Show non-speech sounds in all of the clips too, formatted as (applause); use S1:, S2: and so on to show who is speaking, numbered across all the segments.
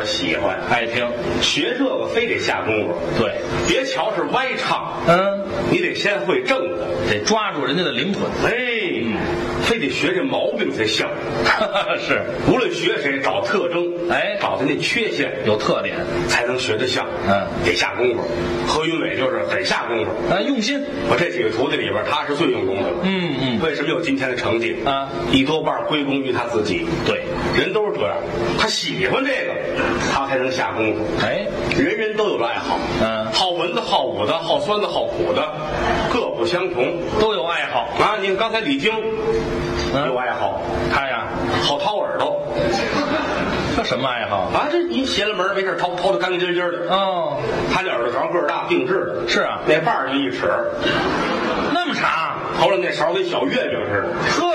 S1: 我喜欢，
S2: 爱听，
S1: 学这个非得下功夫。
S2: 对，
S1: 别瞧是歪唱，
S2: 嗯，
S1: 你得先会正的。
S2: 得抓住人家的灵魂， (laughs)
S1: 哎，非得学这毛病才像。 (laughs)
S2: 是
S1: 无论学谁，找特征，
S2: 哎
S1: 找他那缺陷，
S2: 有特点，
S1: 才能学得像。
S2: 嗯，
S1: 得下功夫。何云伟就是很下功夫。
S2: 啊，用心，
S1: 我这几个徒弟里边，他是最用功的了。
S2: 嗯嗯
S1: 为什么有今天的成绩
S2: 啊？
S1: 一多半归功于他自己。
S2: 对，
S1: 人都是这样，他喜欢这个，他才能下功夫。
S2: 哎，
S1: 人人都有了爱好，
S2: 嗯
S1: 好文的、好武的、好酸的、好苦的，各不相同
S2: 都有爱好，
S1: 啊！你看刚才李菁
S2: 嗯
S1: 有爱好，
S2: 他呀，
S1: 好掏耳朵
S2: 这什么爱好？
S1: 啊！这你邪了门儿没事儿掏掏的干干净净的。
S2: 哦，
S1: 他那耳朵勺个儿大，定制的，
S2: 是啊
S1: 那把儿就一尺，
S2: 那么长，
S1: 头上那勺跟小月饼似的，
S2: 呵，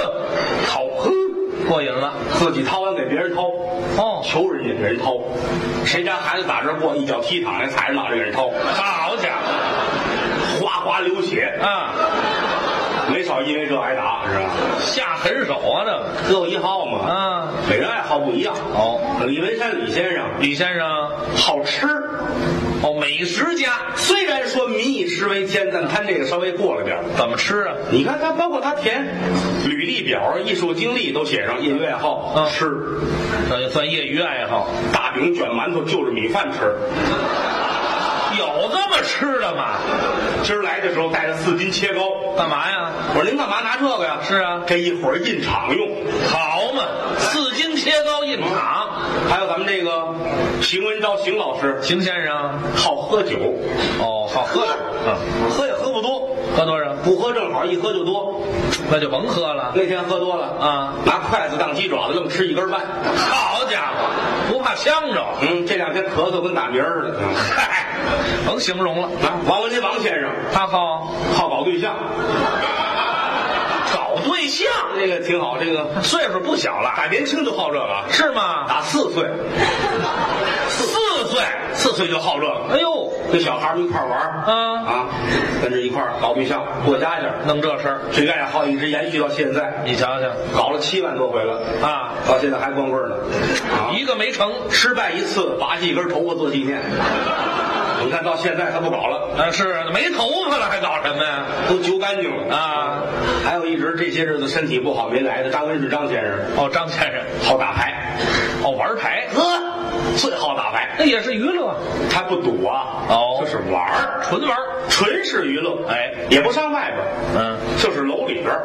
S2: 好喝，过瘾了，
S1: 自己掏完给别人掏，
S2: 哦，
S1: 求人家给人掏，谁家孩子打这儿过，一脚踢躺下，踩着脑袋给人掏，
S2: 好家伙，
S1: 哗哗流血，
S2: 啊，
S1: 没少因为这挨打，是吧？下
S2: 狠手啊，这个，
S1: 各有一好嘛，
S2: 啊，
S1: 每人爱好不一样。
S2: 哦，
S1: 李文山李先生
S2: 李先生，
S1: 好吃，
S2: 哦，美食家，
S1: 虽然说民以食为天，但他这个稍微过了点儿。
S2: 怎么吃啊？
S1: 你看他，包括他填履历表、艺术经历都写上业余爱好，
S2: 嗯
S1: 吃
S2: 这就算业余爱好，
S1: 大饼卷馒头就着米饭吃。
S2: 有这么吃的吗？
S1: 今儿来的时候带了四斤切糕，
S2: 干嘛呀？
S1: 我说您干嘛拿这个呀？
S2: 是啊
S1: 这一会儿印厂用。嗯
S2: 好嘛，四斤切糕印厂，
S1: 还有咱们这个邢文昭邢老师
S2: 邢先生，
S1: 好喝酒，
S2: 哦，好喝，嗯，
S1: 喝也喝不多，
S2: 喝多少？
S1: 不喝正好，一喝就多。
S2: 那就甭喝了。
S1: 那天喝多了
S2: 啊，
S1: 拿筷子当鸡爪子，愣吃一根半。
S2: 好家伙，不怕呛着，
S1: 嗯，这两天咳嗽跟打鸣儿似的。嗯
S2: 嗨，甭形容了。
S1: 啊，王文林王先生
S2: 他好
S1: 好搞对象，
S2: 搞对象，
S1: 这个挺好，这个
S2: 岁数不小了，
S1: 打年轻就好这个啊，
S2: 是吗？
S1: 打四岁，
S2: (laughs) 四岁，
S1: 四岁就好这个，
S2: 哎呦，
S1: 跟小孩们一块儿玩儿
S2: 啊
S1: 啊，跟着一块儿搞对象，过家家。
S2: 弄这事儿，
S1: 这个爱好一直延续到现在，
S2: 你瞧瞧
S1: 搞了七万多回了，
S2: 啊，
S1: 到现在还光棍儿呢。啊，
S2: 一个没成，
S1: 失败一次，拔下一根头发做纪念。你看到现在他不搞了。
S2: 啊，是没头发了还搞什么呀？
S1: 都揪干净了
S2: 啊！
S1: 还有一直这些日子身体不好没来的张文志张先生，
S2: 哦，张先生，
S1: 好打牌，
S2: 哦，玩牌，
S1: 呵，最好打牌。
S2: 那也是娱乐，
S1: 他不赌啊，
S2: 哦
S1: 就是玩儿，
S2: 纯玩儿，
S1: 纯是娱乐，
S2: 哎
S1: 也不上外边儿，
S2: 嗯，
S1: 就是楼里边儿、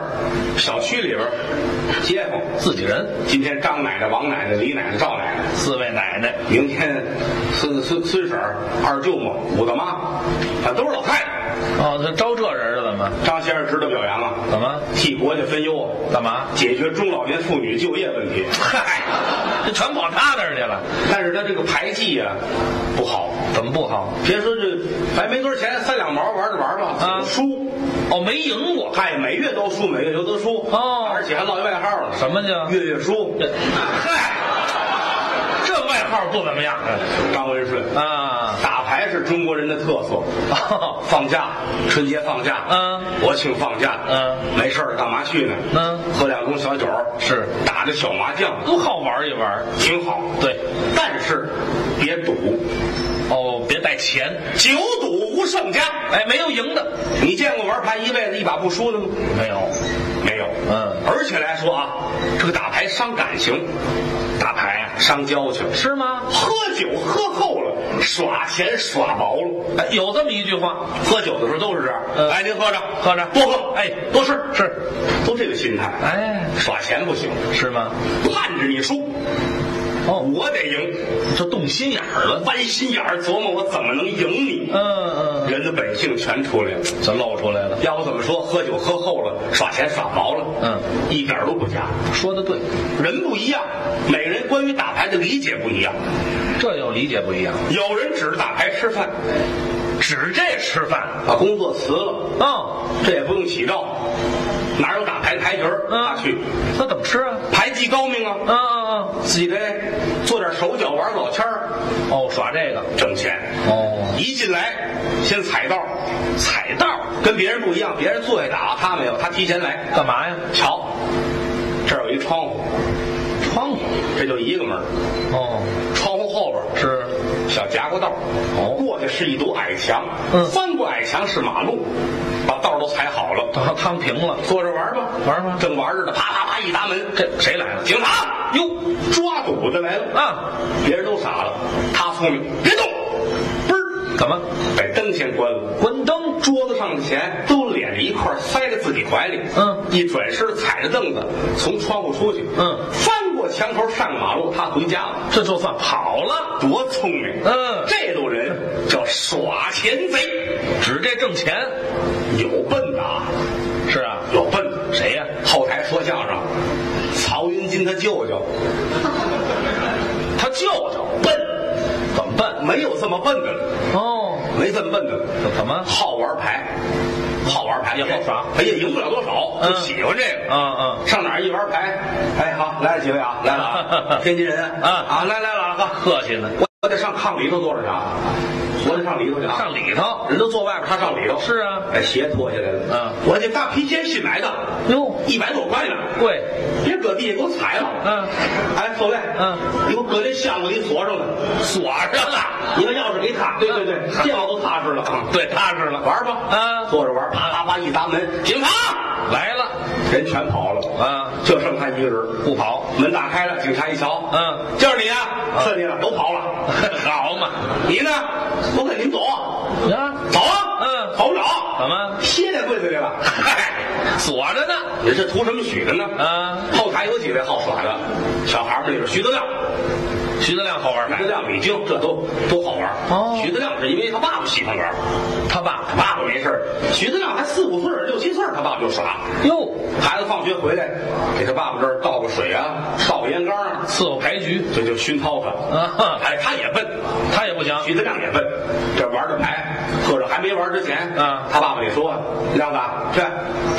S1: 小区里边儿、街坊。
S2: 自己人，
S1: 今天张奶奶、王奶奶、李奶奶、赵奶奶，
S2: 四位奶奶，
S1: 明天孙孙孙婶儿、二舅母、五大妈，啊，都是老太太。
S2: 哦，他招这人了怎么？
S1: 张先生值得表扬啊，
S2: 怎么？
S1: 替国家分忧啊，
S2: 干嘛？
S1: 解决中老年妇女就业问题。
S2: 嗨，这 (laughs) 全跑他那儿去了，
S1: 但是他这个牌技啊不好，
S2: 怎么不好？
S1: 别说这反正没多少钱，三两毛玩着玩吧，
S2: 啊
S1: 输，
S2: 哦，没赢过，
S1: 嗨，每月都输，每月都得输，
S2: 哦
S1: 而且还落一外号了，
S2: 什么叫？
S1: 月月输。
S2: 这嗨，这外号不怎么样
S1: 张文顺
S2: 啊。
S1: 打牌是中国人的特
S2: (laughs)
S1: 色，
S2: 哦
S1: 放假春节放假，
S2: 嗯，
S1: 国庆放假，
S2: 嗯，
S1: 没事儿干嘛去呢？
S2: 嗯
S1: 喝两盅小酒，
S2: 是
S1: 打着小麻将，
S2: 都好玩一玩。
S1: 挺好。
S2: 对，
S1: 但是别赌，
S2: 哦，别带钱，
S1: 久赌无胜家。
S2: 哎，没有赢的，
S1: 你见过玩牌一辈子一把不输的吗？
S2: 没有。
S1: 没有，
S2: 嗯
S1: 而且来说啊，这个打牌伤感情，打牌啊伤交情，
S2: 是吗？
S1: 喝酒喝厚了，耍钱耍薄了。
S2: 哎，有这么一句话，
S1: 喝酒的时候都是这样，
S2: 嗯
S1: 哎，您喝着，
S2: 喝着
S1: 多喝，
S2: 哎
S1: 多吃，
S2: 是，
S1: 都这个心态。
S2: 哎，
S1: 耍钱不行，
S2: 是吗？
S1: 盼着你输，
S2: 哦，
S1: 我得赢，
S2: 这动心眼儿了。
S1: 弯心眼儿琢磨我怎么能赢你。
S2: 嗯嗯，
S1: 人的本性全出来了。
S2: 这露出来了。
S1: 要不怎么说喝酒喝厚了，耍钱耍薄了？
S2: 嗯，
S1: 一点儿都不假。
S2: 说的对，
S1: 人不一样，每个人关于打牌的理解不一样。
S2: 这又理解不一样。
S1: 有人只是打牌吃饭，
S2: 指这吃饭，
S1: 把工作辞了，
S2: 哦，
S1: 这也不用起照，哪有打牌的牌局儿？
S2: 嗯
S1: 他去，
S2: 那怎么吃啊？
S1: 牌技高明啊，
S2: 嗯嗯嗯，
S1: 自己得做点手脚，玩老签儿，
S2: 哦，耍这个，
S1: 挣钱。
S2: 哦，
S1: 一进来先踩道儿，踩道儿跟别人不一样，别人坐下打，他没有，他提前来。
S2: 干嘛呀？
S1: 瞧，这儿有一窗户，
S2: 窗户，
S1: 这就一个门儿，
S2: 哦，
S1: 窗户后边儿小夹过道，
S2: 哦
S1: 过去是一堵矮墙，
S2: 嗯
S1: 翻过矮墙是马路，把道儿都踩好了，
S2: 他趟平了，
S1: 坐着玩吧，
S2: 哦玩吧
S1: 正玩着呢，啪啪啪一打门，
S2: 这谁来了？
S1: 警察
S2: 哟
S1: 抓赌的来了，
S2: 啊，
S1: 别人都傻了，他聪明，别动，嘣儿
S2: 怎么
S1: 把灯先关了。
S2: 关灯？
S1: 桌子上的钱都敛着一块儿，塞在自己怀里。
S2: 嗯
S1: 一转身踩着凳子从窗户出去。
S2: 嗯
S1: 翻过墙头上马路，他回家了。
S2: 这就算跑了，
S1: 多聪明！
S2: 嗯
S1: 这路人叫耍钱贼，
S2: 指这挣钱。
S1: 有笨的啊，
S2: 是啊，
S1: 有笨的。
S2: 谁呀、
S1: 后台说相声，曹云金他舅
S2: (laughs)
S1: 舅
S2: 他舅舅
S1: 笨，
S2: 怎么办？
S1: 没有这么笨的了，
S2: 哦，
S1: 没这么笨的了。
S2: 怎怎么？
S1: 好玩牌，好玩牌
S2: 也好耍
S1: 哎呀，赢不了多少，
S2: 嗯
S1: 就喜欢这个。
S2: 嗯嗯
S1: 上哪儿一玩牌？哎，好，来了几位啊，来了
S2: (laughs)
S1: 啊，天津人
S2: 啊
S1: 啊，来来了啊，哥，
S2: 客气呢，
S1: 我我得上炕里头坐着去啊，我得上里头去啊，
S2: 上里头。
S1: 人都坐外边，他上里头，
S2: 是啊，
S1: 把鞋脱下来了，
S2: 嗯
S1: 我这大皮鞋新买的，
S2: 哟，
S1: 一百多块呢，
S2: 贵，
S1: 别搁地下给我踩了，
S2: 嗯，
S1: 哎，走嘞，
S2: 嗯，
S1: 你给我搁这箱子里锁上了，
S2: 锁上了，
S1: 你把钥匙给他，对对对，这样我都踏实了啊，
S2: 嗯对，踏实了。
S1: 玩吧，
S2: 啊
S1: 坐着玩，啪啪啪一砸门，警察，
S2: 来了，
S1: 人全跑了，
S2: 啊，
S1: 就剩他一个人。
S2: 不跑，
S1: 门打开了，警察一瞧，
S2: 嗯，
S1: 就是你啊，是你了，都跑了。
S2: (laughs) 好嘛，
S1: 你呢？我跟你们走啊，
S2: 啊，
S1: 走啊，
S2: 嗯
S1: 跑不了，
S2: 怎么
S1: 歇在柜子里
S2: (laughs)
S1: 了。嗨，
S2: 锁着呢？
S1: 哎你是图什么许的呢？
S2: 啊，
S1: 后台有几位好耍的，小孩们里边，徐德亮、
S2: 徐德亮好玩
S1: 徐
S2: 牌
S1: 德，亮、李菁，这都都好玩。
S2: 哦
S1: 徐德亮是因为他爸爸喜欢玩，
S2: 他爸
S1: 他爸爸没事儿徐德亮还四五岁儿，六七岁儿，他爸爸就耍。
S2: 哟，
S1: 孩子放学回来，给他爸爸这儿倒个水啊，烧个烟缸啊，
S2: 伺候牌局
S1: 这就熏陶他。
S2: 啊，哈
S1: 哎，他也笨，
S2: 他也不行。
S1: 徐德亮也笨，这玩着牌，或者还没玩之前，
S2: 嗯
S1: 他爸爸得说，亮子啊，去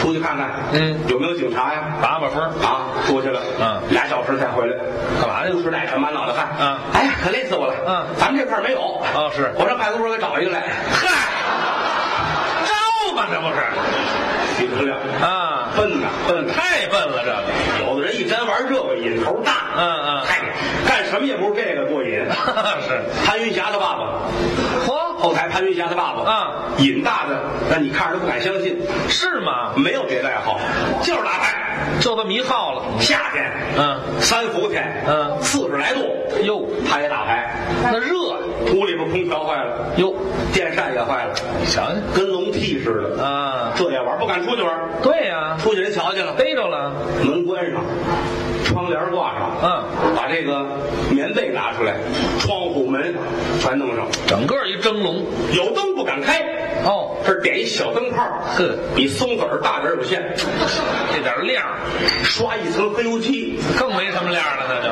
S1: 出去看看，
S2: 嗯
S1: 有没有警察呀？
S2: 把把风，
S1: 啊，出去了，
S2: 嗯
S1: 俩小时才回来，
S2: 干嘛去
S1: 又是奶茶满脑袋汗，
S2: 嗯
S1: 哎呀，可累死我了，
S2: 嗯
S1: 咱们这块儿没有，
S2: 哦是
S1: 我上派出所给找一个来，
S2: 嗨，招吧，这不是
S1: 徐德亮
S2: 啊？
S1: 笨呐，笨呐，
S2: 太笨了，这个
S1: 有的人一沾玩这个瘾头大，
S2: 嗯嗯
S1: 嗨，干什么也不如这个过瘾。
S2: (laughs) 是。
S1: 潘云霞他爸爸，
S2: 嚯，
S1: 后台潘云霞他爸爸，
S2: 啊，
S1: 瘾大的让你看着都不敢相信，
S2: 是吗？
S1: 没有别的爱好，就是打牌。
S2: 就这么一号了。
S1: 夏天，
S2: 嗯，
S1: 三伏天，
S2: 嗯
S1: 四十来度，
S2: 哟，
S1: 他也打牌。
S2: 那热呀
S1: 屋里边空调坏了，
S2: 哟，
S1: 电扇也坏了，
S2: 你想想
S1: 跟笼屉似的。
S2: 啊，
S1: 这也玩，不敢出去玩，
S2: 对呀、
S1: 出去人瞧见了，
S2: 逮着了。
S1: 门关上，窗帘挂上，
S2: 嗯，
S1: 把这个棉被拿出来，窗户门全弄上，
S2: 整个一蒸笼。
S1: 有灯不敢开，
S2: 哦，
S1: 这儿点一小灯泡，
S2: 呵，
S1: 比松子儿大点儿有限，
S2: 这点亮
S1: 刷一层黑油漆，
S2: 更没什么亮了，那就。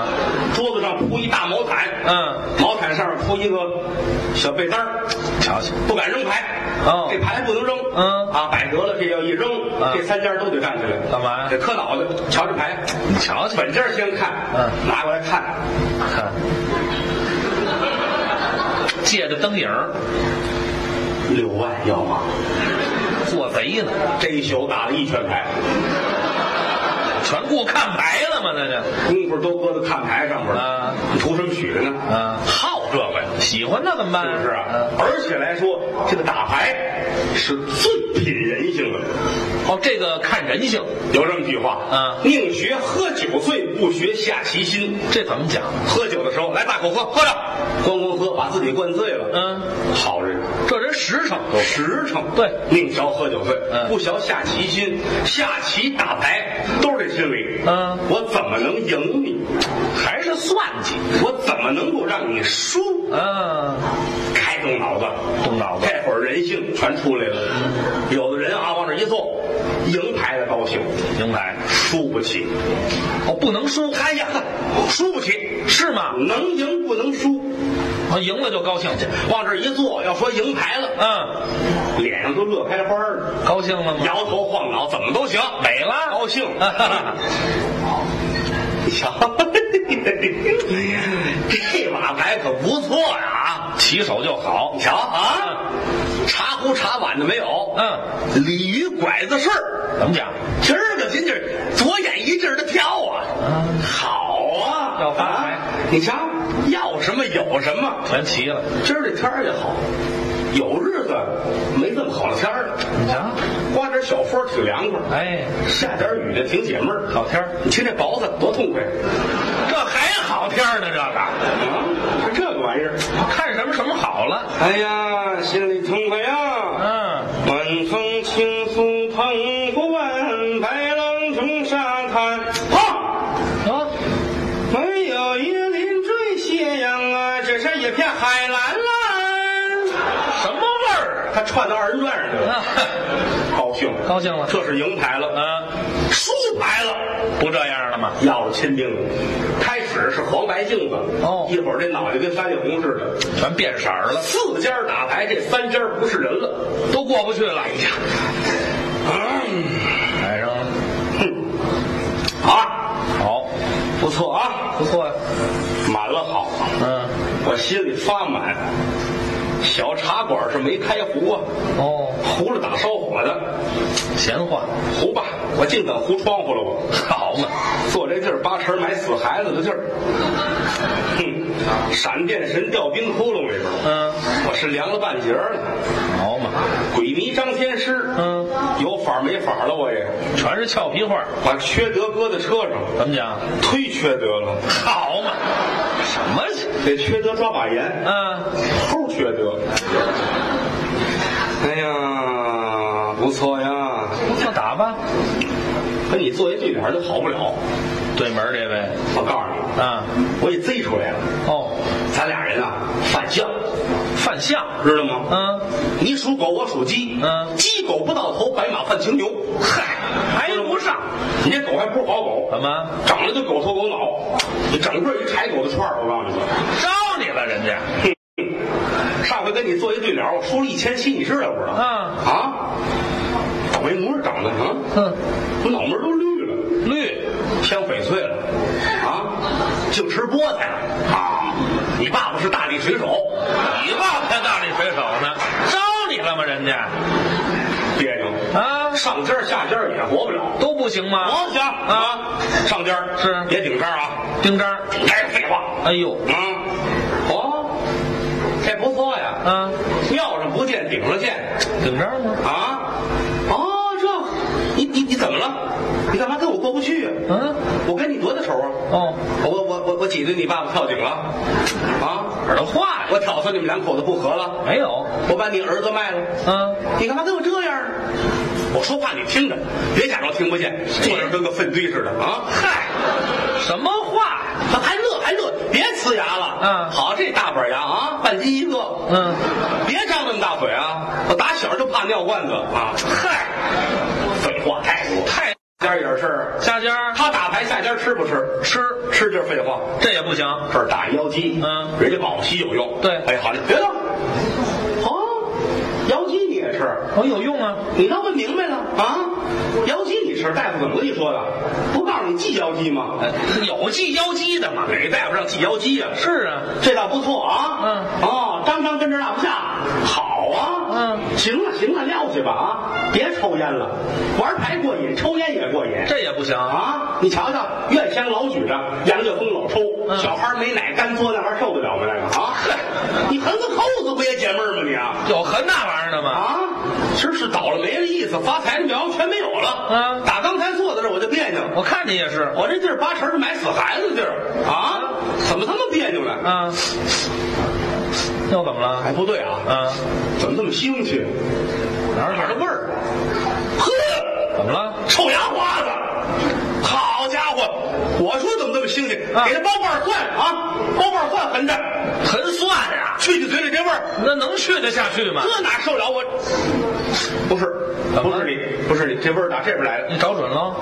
S1: 桌子上铺一大毛毯，
S2: 嗯，
S1: 毛毯上面铺一个小被单儿，
S2: 瞧瞧，
S1: 不敢扔牌。
S2: 哦
S1: 这牌不能扔。
S2: 嗯
S1: 啊，摆得了，这要一扔，
S2: 嗯
S1: 这三家都得站起来。
S2: 干嘛呀
S1: 得磕脑袋，瞧这牌，
S2: 你瞧瞧，
S1: 本家先看，
S2: 嗯
S1: 拿过来看，
S2: 看，借着灯影儿
S1: 六万要吗？
S2: 做贼呢，
S1: 这一宿打了一圈牌，
S2: 全顾看牌了吗？那就
S1: 功夫都搁在看牌上边了。
S2: 啊
S1: 你图什么许的呢？
S2: 啊，
S1: 好这个呀。
S2: 喜欢那怎么办？
S1: 是不是啊
S2: 嗯？
S1: 而且来说，这个打牌是最品人性的。
S2: 哦，这个看人性，
S1: 有这么句话，
S2: 嗯
S1: 宁学喝酒醉，不学下棋心。
S2: 这怎么讲？
S1: 喝酒的时候，来大口喝，喝着，咣咣喝，把自己灌醉了。
S2: 嗯，
S1: 好人
S2: 这人实诚，
S1: 有实诚，
S2: 对
S1: 宁学喝酒醉，
S2: 嗯
S1: 不学下棋心。下棋打牌都是这心理。
S2: 嗯
S1: 我怎么能赢你？
S2: 还是算计。
S1: 我怎么能够让你输？
S2: 嗯，
S1: 开动脑子，
S2: 动脑子
S1: 这会儿人性全出来了。有的人啊，往这一坐，赢牌的高兴，
S2: 明白。
S1: 输不起。
S2: 哦，不能输，
S1: 哎呀，输不起，
S2: 是吗？
S1: 能赢不能输。
S2: 啊，赢了就高兴，
S1: 往这一坐，要说赢牌了，
S2: 嗯，
S1: 脸上都乐开花了，
S2: 高兴了吗？
S1: 摇头晃脑，怎么都行，
S2: 美了，
S1: 高
S2: (laughs)
S1: 兴。
S2: 啊
S1: 瞧， (laughs) 这把牌可不错呀！啊，
S2: 起手就好
S1: 你。瞧啊，茶壶茶碗的没有，
S2: 嗯，
S1: 鲤鱼拐子事儿。
S2: 怎么讲？
S1: 今儿个今儿，左眼一劲儿的跳啊，好啊，
S2: 要发财
S1: 啊你瞧，要什么有什么。
S2: 全齐了。
S1: 今儿这天儿也好，有日子没这么好的天儿了。
S2: 你瞧，
S1: 刮点小风儿挺凉快，
S2: 哎，
S1: 下点雨呢挺解闷儿。
S2: 好天儿，
S1: 你听这雹子多痛快
S2: 这还好天儿呢，这个
S1: 啊！还这个玩意儿，
S2: 看什么什么好了。
S1: 哎呀，心里痛快呀！
S2: 嗯，
S1: 晚风轻拂澎湖湾，白浪冲沙滩。啊，
S2: 啊，
S1: 没有椰林缀斜阳啊，只是一片海蓝蓝。
S2: 什么味儿 (laughs)
S1: 他串到二人转上去了，
S2: 啊？
S1: 高兴，
S2: 高兴了，
S1: 这是赢牌了，
S2: 嗯，
S1: 输牌了。
S2: 不这样了吗？
S1: 要了亲命了。开始是黄白镜子，
S2: 哦
S1: 一会儿这脑袋跟番茄红似的。
S2: 全变色儿了，
S1: 四家打牌，这三家不是人了。
S2: 都过不去了。嗯哎呀，摆上了，
S1: 啊，
S2: 好，
S1: 不错啊，
S2: 不错呀。
S1: 满了好，
S2: 嗯，
S1: 我心里发满。小茶馆是没开壶啊，
S2: 哦，
S1: 糊了打烧火的，
S2: 闲话，
S1: 糊吧，我净等糊窗户了我。
S2: 好嘛，
S1: 坐这地儿八成买死孩子的地儿，哼，闪电神掉冰窟窿里边儿，
S2: 嗯，
S1: 我是凉了半截儿了。
S2: 好嘛，
S1: 鬼迷张天师，
S2: 嗯，
S1: 有法儿没法儿了，我也
S2: 全是俏皮话，
S1: 把缺德搁在车上，
S2: 怎么讲？
S1: 忒缺德了。
S2: 好嘛，什么？
S1: 给缺德抓把盐，
S2: 嗯，
S1: 齁缺德。哎呀，不错呀，
S2: 不错，打吧。
S1: 跟你作为对联就好不了。
S2: 对门儿这位，
S1: 我告诉你，
S2: 啊，
S1: 我给贼出来了，
S2: 哦，
S1: 咱俩人啊犯相，
S2: 犯相，
S1: 知道吗？
S2: 嗯，
S1: 你属狗，我属鸡。
S2: 嗯
S1: 鸡狗不到头，白马犯青牛。嗨，
S2: 挨不上。
S1: 你这狗还不是好狗，
S2: 怎么
S1: 长得就狗头狗脑，你整个一柴狗的串儿。我告诉你，
S2: 招你了人家？
S1: 上回跟你做一对联儿，我输了一千七，你知道不知道？
S2: 嗯
S1: 啊，倒霉模样长得啊，
S2: 哼，
S1: 我脑门都绿了，
S2: 绿，
S1: 香翡翠了，啊，净吃菠菜了啊！你爸爸是大力水手，
S2: 你爸才大力水手呢，招你了吗人家？
S1: 别扭，
S2: 啊，
S1: 上尖儿下尖儿也活不了。
S2: 都不行吗？
S1: 我想啊，上尖儿
S2: 是
S1: 别顶杆儿啊，
S2: 丁张，
S1: 顶杆儿废话
S2: 哎呦，
S1: 啊。哦，这不错呀，
S2: 啊，
S1: 庙上不见顶上见。
S2: 顶张吗？
S1: 啊？哦，这，你你你怎么了？你干嘛跟我过不去啊？
S2: 嗯，
S1: 我跟你多大仇啊？
S2: 哦，
S1: 我我我我挤兑你爸爸跳井了，啊？
S2: 耳朵话呀？
S1: 我挑唆你们两口子不和了，
S2: 没有，
S1: 我把你儿子卖了，
S2: 啊，
S1: 你干嘛跟我这样啊？我说话你听着，别假装听不见，坐那儿跟个粪堆似的啊！嗨，
S2: 什么话呀？
S1: 还乐还乐，别呲牙了。
S2: 嗯
S1: 好，这大板牙啊，半斤一个。
S2: 嗯，
S1: 别张那么大嘴啊！我打小就怕尿罐子啊！嗨，废话太多，太家也是事儿。
S2: 下家
S1: 他打牌下家吃不吃？
S2: 吃，
S1: 吃就是废话。
S2: 这也不行。
S1: 这儿打一腰鸡，
S2: 嗯
S1: 人家保鸡有用。
S2: 对
S1: 哎，好嘞，别动。哦，腰鸡你也吃？
S2: 我有用啊，
S1: 你倒问明白了啊！腰鸡你吃，大夫怎么跟你说的？不告诉你忌腰鸡吗？
S2: 有系腰肌的吗？
S1: 哪个大夫让忌腰鸡呀、
S2: 是啊，
S1: 这倒不错啊。
S2: 嗯
S1: 哦，张张跟这落不下，好啊。
S2: 嗯，
S1: 行了行了，撂去吧啊！别抽烟了，玩牌过瘾，抽烟也过瘾。
S2: 这也不行。
S1: 啊，你瞧瞧，院香老举着，杨月风老抽，
S2: 嗯
S1: 小孩没奶干嘬那玩意儿受得了吗？那个啊， (laughs) 你横个扣子不也解闷儿吗？你啊
S2: 有恨那玩意儿的吗？
S1: 啊，真是倒了霉的意思，发财的苗全没有了。
S2: 嗯
S1: 打刚才坐在这儿我就别扭。
S2: 我看你也是。
S1: 我这地儿八成是买死孩子地儿啊，
S2: 嗯
S1: 怎么他妈别扭呢？
S2: 啊，又怎么了？
S1: 哎，不对啊，
S2: 啊，
S1: 怎么这么腥气？
S2: 哪儿
S1: 哪儿的味儿？呵，
S2: 怎么了？
S1: 臭牙花子！好家伙，我说怎么这么腥气？
S2: 啊
S1: 给他包瓣蒜啊，包瓣蒜横着，
S2: 很蒜呀、
S1: 去去嘴里这味儿，
S2: 那能去得下去吗？
S1: 这哪受了我？不是，
S2: 怎
S1: 不
S2: 么了
S1: 是你，不是你，这味儿打这边来的，
S2: 你找准喽。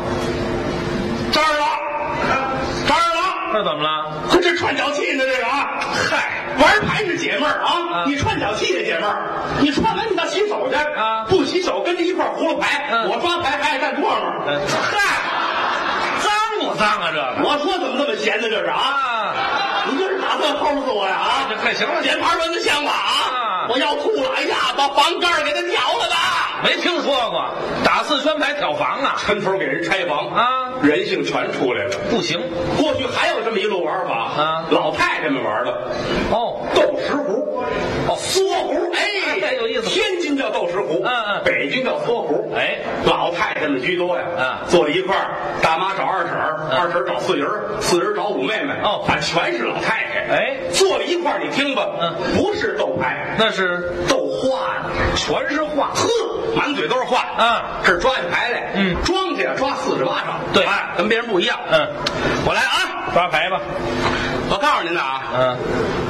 S1: 这儿了，这儿了。
S2: 这怎么了？
S1: 呵，这串脚气呢，这个啊，嗨，玩牌是解闷儿啊
S2: 啊，
S1: 你串脚气也解闷儿。你串完你到洗手去
S2: 啊
S1: 不洗手跟着一块儿葫芦牌，
S2: 嗯
S1: 我抓牌还爱干唾沫儿
S2: 嗯。
S1: 嗨，
S2: 脏不脏啊？这个
S1: 我说怎么这么闲呢？这是啊，
S2: 啊，
S1: 你这是打算齁死我呀啊？
S2: 这快行了
S1: 连盘闻的香吧啊
S2: 啊！
S1: 我要吐了！哎呀，把房盖儿给它挑了吧。
S2: 没听说过打四圈牌挑房啊？
S1: 抻头给人拆房
S2: 啊
S1: 人性全出来了。
S2: 不行
S1: 过去还有这么一路玩法
S2: 啊
S1: 老太太们玩的
S2: 哦，
S1: 斗石壶，
S2: 哦
S1: 缩壶，哎，
S2: 哎有意思
S1: 天津叫斗石壶，
S2: 嗯嗯
S1: 北京叫缩壶，
S2: 哎，
S1: 老太太们居多呀，
S2: 嗯
S1: 坐在一块儿，大妈找二婶儿，二婶儿找四姨儿，四姨儿找五妹妹，
S2: 哦
S1: 反正全是老太太，
S2: 哎
S1: 坐在一块儿，你听吧，
S2: 嗯
S1: 不是斗牌，
S2: 那是
S1: 斗话呢，
S2: 全是话，
S1: 呵，满嘴都是话，
S2: 嗯，
S1: 这儿抓起牌来，
S2: 嗯
S1: 庄稼抓四十八掌，
S2: 对
S1: 哎，跟别人不一样，
S2: 嗯，
S1: 我来啊，
S2: 抓牌吧，
S1: 我告诉您呐啊，
S2: 嗯，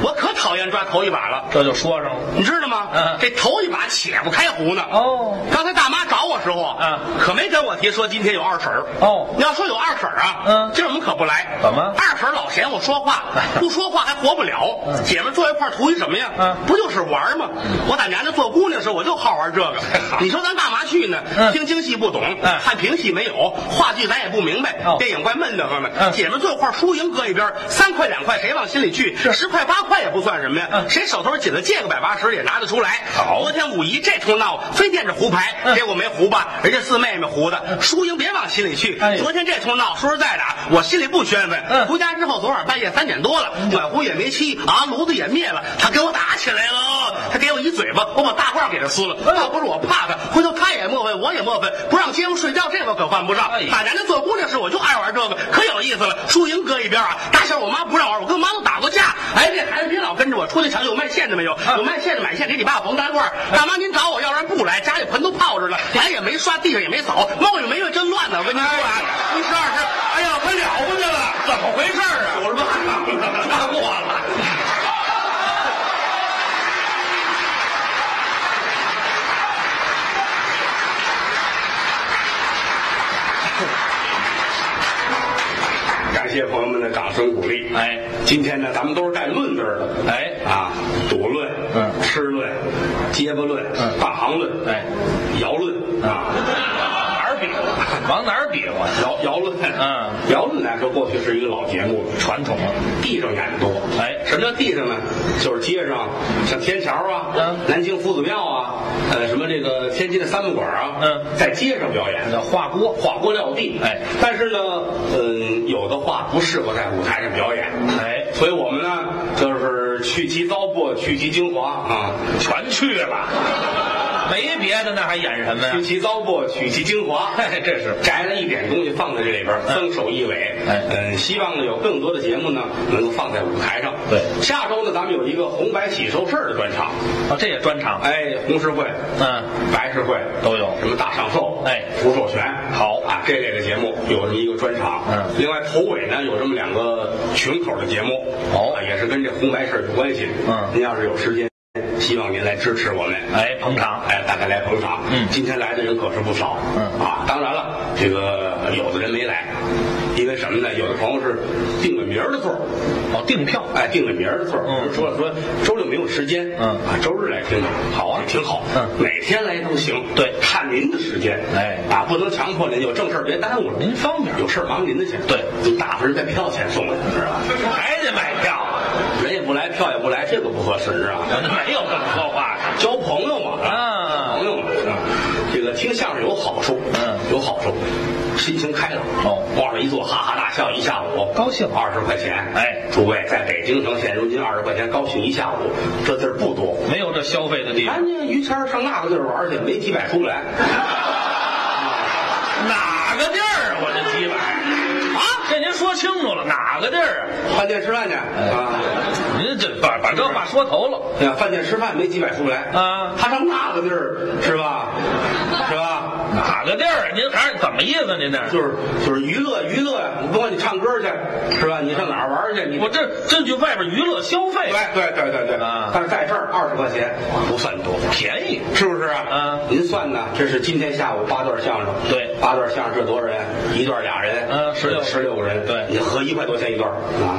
S1: 我可讨厌抓头一把了，
S2: 这就说上了。
S1: 你知道吗？
S2: 嗯
S1: 这头一把且不开胡呢，
S2: 哦
S1: 刚才大妈找我时候，
S2: 嗯，
S1: 可没跟我提说今天有二婶儿。
S2: 哦，
S1: 你要说有二婶儿啊，
S2: 嗯
S1: 今儿我们可不来。
S2: 怎么嗯
S1: 二婶儿老嫌我说话，不说话还活不了。姐们坐一块儿图一什么呀？
S2: 嗯
S1: 不就是玩儿吗？我在娘家做姑娘时候，我就好玩这个。你说咱干嘛去呢？
S2: 嗯
S1: 听京戏不懂，
S2: 嗯
S1: 看评戏没有，话剧咱也不明白，
S2: 哦
S1: 电影怪闷得慌的。
S2: 嗯
S1: 姐们坐一块儿，输赢搁一边儿，三块两块谁往心里去？十块八块也不算什么呀。
S2: 嗯
S1: 谁手头紧了借个百八十也拿得出来。
S2: 好
S1: 昨天五姨这通闹，非惦着胡牌，
S2: 嗯
S1: 结果没胡吧，人家四妹妹胡的，输赢别往心里去。
S2: 哎
S1: 昨天这通闹，说实在的啊，我心里不宣愤。
S2: 嗯
S1: 回家之后，昨晚半夜三点多了，暖壶也没沏啊，炉子也灭了，他跟我打起来了，他给我一嘴巴，我把大褂给他撕了。
S2: 嗯
S1: 要不是我怕他，回头他也磨叽，我也磨叽，不让街坊睡觉，这我可犯不上
S2: 哎。
S1: 打娘家做姑娘时，我就爱玩这个，可有意思了。输赢搁一边啊，打小我妈不让玩，我跟我妈都打过架。哎，这孩子别老跟着我，出去瞧瞧有卖线的没有？有卖线的买线给你爸缝大褂。大妈您找我，要不然不来，家里盆都泡着了，咱也没刷，地上也没扫，猫也没喂，真乱呢。我跟您说啊，一十二十，哎呀，可了不得了，怎么回事啊？我说妈，抓过了。感谢朋友们的掌声鼓励。
S2: 哎
S1: 今天呢，咱们都是带“论”字儿的。
S2: 哎
S1: 啊，赌论，
S2: 嗯
S1: 吃论，结巴论，
S2: 嗯
S1: 大行论，
S2: 哎，
S1: 摇论啊，
S2: 哪儿比划？往哪儿比划？
S1: 摇摇论， (laughs)
S2: 嗯，
S1: 摇论来说，过去是一个老节目啊了。
S2: 传统，
S1: 地上演的多，
S2: 哎
S1: 什么叫地上呢？啊就是街上，像天桥啊，
S2: 嗯
S1: 南京夫子庙啊，呃，什么这个天津的三不管啊，
S2: 嗯
S1: 在街上表演
S2: 那，叫画锅，
S1: 画锅撂地，
S2: 哎，
S1: 但是呢，嗯，有的话不适合在舞台上表演，
S2: 哎，
S1: 所以我们呢，就是去其糟粕，去其精华啊，
S2: 全去了，没别的，那还演什么
S1: 去
S2: 呀？
S1: 其糟粕，取其精华。
S2: 嘿，这是嗯
S1: 摘了一点东西放在这里边，增手一尾。
S2: 哎
S1: 嗯，希望呢有更多的节目呢能够放在舞台上。
S2: 对
S1: 下周呢咱们有一个红白喜寿事儿的专场，
S2: 哦，这也专场，
S1: 哎，红十会、
S2: 嗯，
S1: 白事会
S2: 都有
S1: 什么大上寿，
S2: 哎
S1: 福寿全，
S2: 好
S1: 啊，这类的节目有这么一个专场。
S2: 嗯
S1: 另外头尾呢有这么两个群口的节目，
S2: 哦
S1: 啊也是跟这红白事儿有关系。
S2: 嗯
S1: 您要是有时间，希望您来支持我们。
S2: 哎，捧场，
S1: 哎，大家来捧场。
S2: 嗯
S1: 今天来的人可是不少。
S2: 嗯
S1: 啊，当然了，这个有的人没来，因为什么呢？有的朋友是订了明儿的座儿，
S2: 哦，订票，
S1: 哎，订了明儿的座儿。
S2: 嗯
S1: 说了说周六没有时间，
S2: 嗯
S1: 啊，周日来听吧。好啊，挺好。
S2: 嗯
S1: 哪天来都行。
S2: 对
S1: 看您的时间。
S2: 哎
S1: 啊，不能强迫您，有正事儿别耽误了。
S2: 您方便，
S1: 有事儿忙您的去。
S2: 对，
S1: 你打发人家票钱送来，知道吧？
S2: 还得买票，
S1: 人也不来，票也不来，这个不合适，知道吧？
S2: 没有这么说话的，
S1: 交朋友嘛，
S2: 啊
S1: 交朋友嘛，是吧这个听相声有好处，
S2: 嗯
S1: 有好处，心情开朗。
S2: 哦
S1: 往那一坐，哈哈大笑一下午，
S2: 高兴
S1: 二十块钱，
S2: 哎
S1: 诸位在北京城现如今二十块钱高兴一下午，这字儿不多。
S2: 没有这消费的地方
S1: 咱，这于谦儿上那个地儿玩去，没几百出来
S2: 哪个地儿啊？我这几百啊？这您说清楚了，哪个地儿
S1: 饭店吃饭去啊。
S2: 啊？您这把把这话说头了，
S1: 哎呀，饭店吃饭没几百出来
S2: 啊
S1: 他上那个地儿是吧？是吧？
S2: 哪个地儿啊？您还是怎么意思？啊您这
S1: 就是就是娱乐娱乐呀，你甭管你唱歌去是吧？你上哪儿玩儿去？你
S2: 我这这就外边娱乐消费
S1: 对对对对对
S2: 啊
S1: 但是在这儿二十块钱不算多，
S2: 便宜，
S1: 是不是啊？
S2: 嗯
S1: 您算呢？这是今天下午八段相声，
S2: 对
S1: 八段相声这多少人？一段俩人，
S2: 嗯16
S1: 十六个人，
S2: 对
S1: 你合一块多钱一段啊？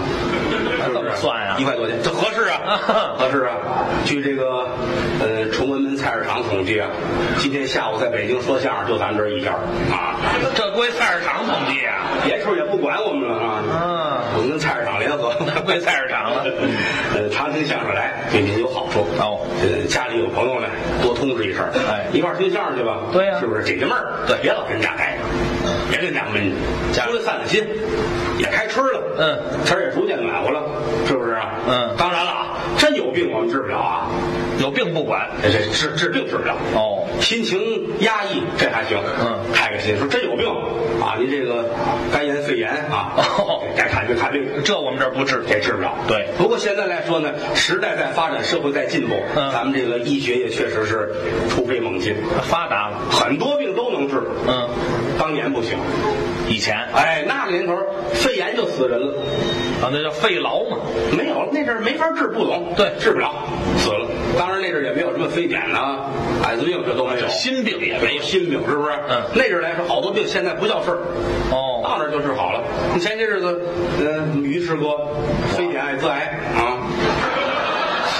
S1: 是不
S2: (laughs) 怎
S1: 是
S2: 么算啊呀 (laughs)
S1: 一块多钱，这合适啊
S2: 啊哈哈，
S1: 合适啊。据这个呃崇文门菜市场统计啊，今天下午在北京说相声就咱们这儿一家啊，
S2: 这归菜市场统计啊？
S1: 别处也不管我们了啊。
S2: 嗯。
S1: 我们跟菜市场联合，
S2: 回菜
S1: 啊
S2: 市场了。
S3: 呃，常听相声来对您有好处
S2: 哦
S3: 呃，家里有朋友呢，多通知一声，
S2: 哎
S3: 一块儿听相声去吧。
S2: 对呀
S3: 是不是解解闷儿？
S2: 对
S3: 别老跟家待着，别跟家闷着，
S2: 家
S3: 出来散散心，也该吃了。
S2: 嗯，
S3: 天儿也逐渐暖和了，是不是啊？
S2: 嗯
S3: 当然了啊，真有病我们治不了啊，
S2: 有病不管。
S3: 这这治治病治不了。
S2: 哦，
S3: 心情压抑这还行，
S2: 嗯
S3: 开开心。说真有病啊，您这个肝炎、肺炎啊，
S2: 哦
S3: 该看病看病。
S2: 这我们这儿不治。
S3: 这治不了。
S2: 对
S3: 不过现在来说呢，时代在发展，社会在进步，
S2: 嗯
S3: 咱们这个医学也确实是突飞猛进，
S2: 发达了。
S3: 很多病都能治。
S2: 嗯，
S3: 当年不行，
S2: 以前啊，
S3: 哎，那个年头肺炎就死人了，
S2: 那叫肺痨嘛。
S3: 没有那阵儿没法治，不懂，
S2: 对
S3: 治不了，死了。当然那阵儿也没有什么非典呐、艾滋病这都没有，
S2: 心病也没有。
S3: 心病是不是？
S2: 嗯
S3: 那阵儿来说好多病现在不叫事儿，
S2: 哦，
S3: 到那儿就治好了。你前些日子，呃，于师哥非典艾滋癌啊。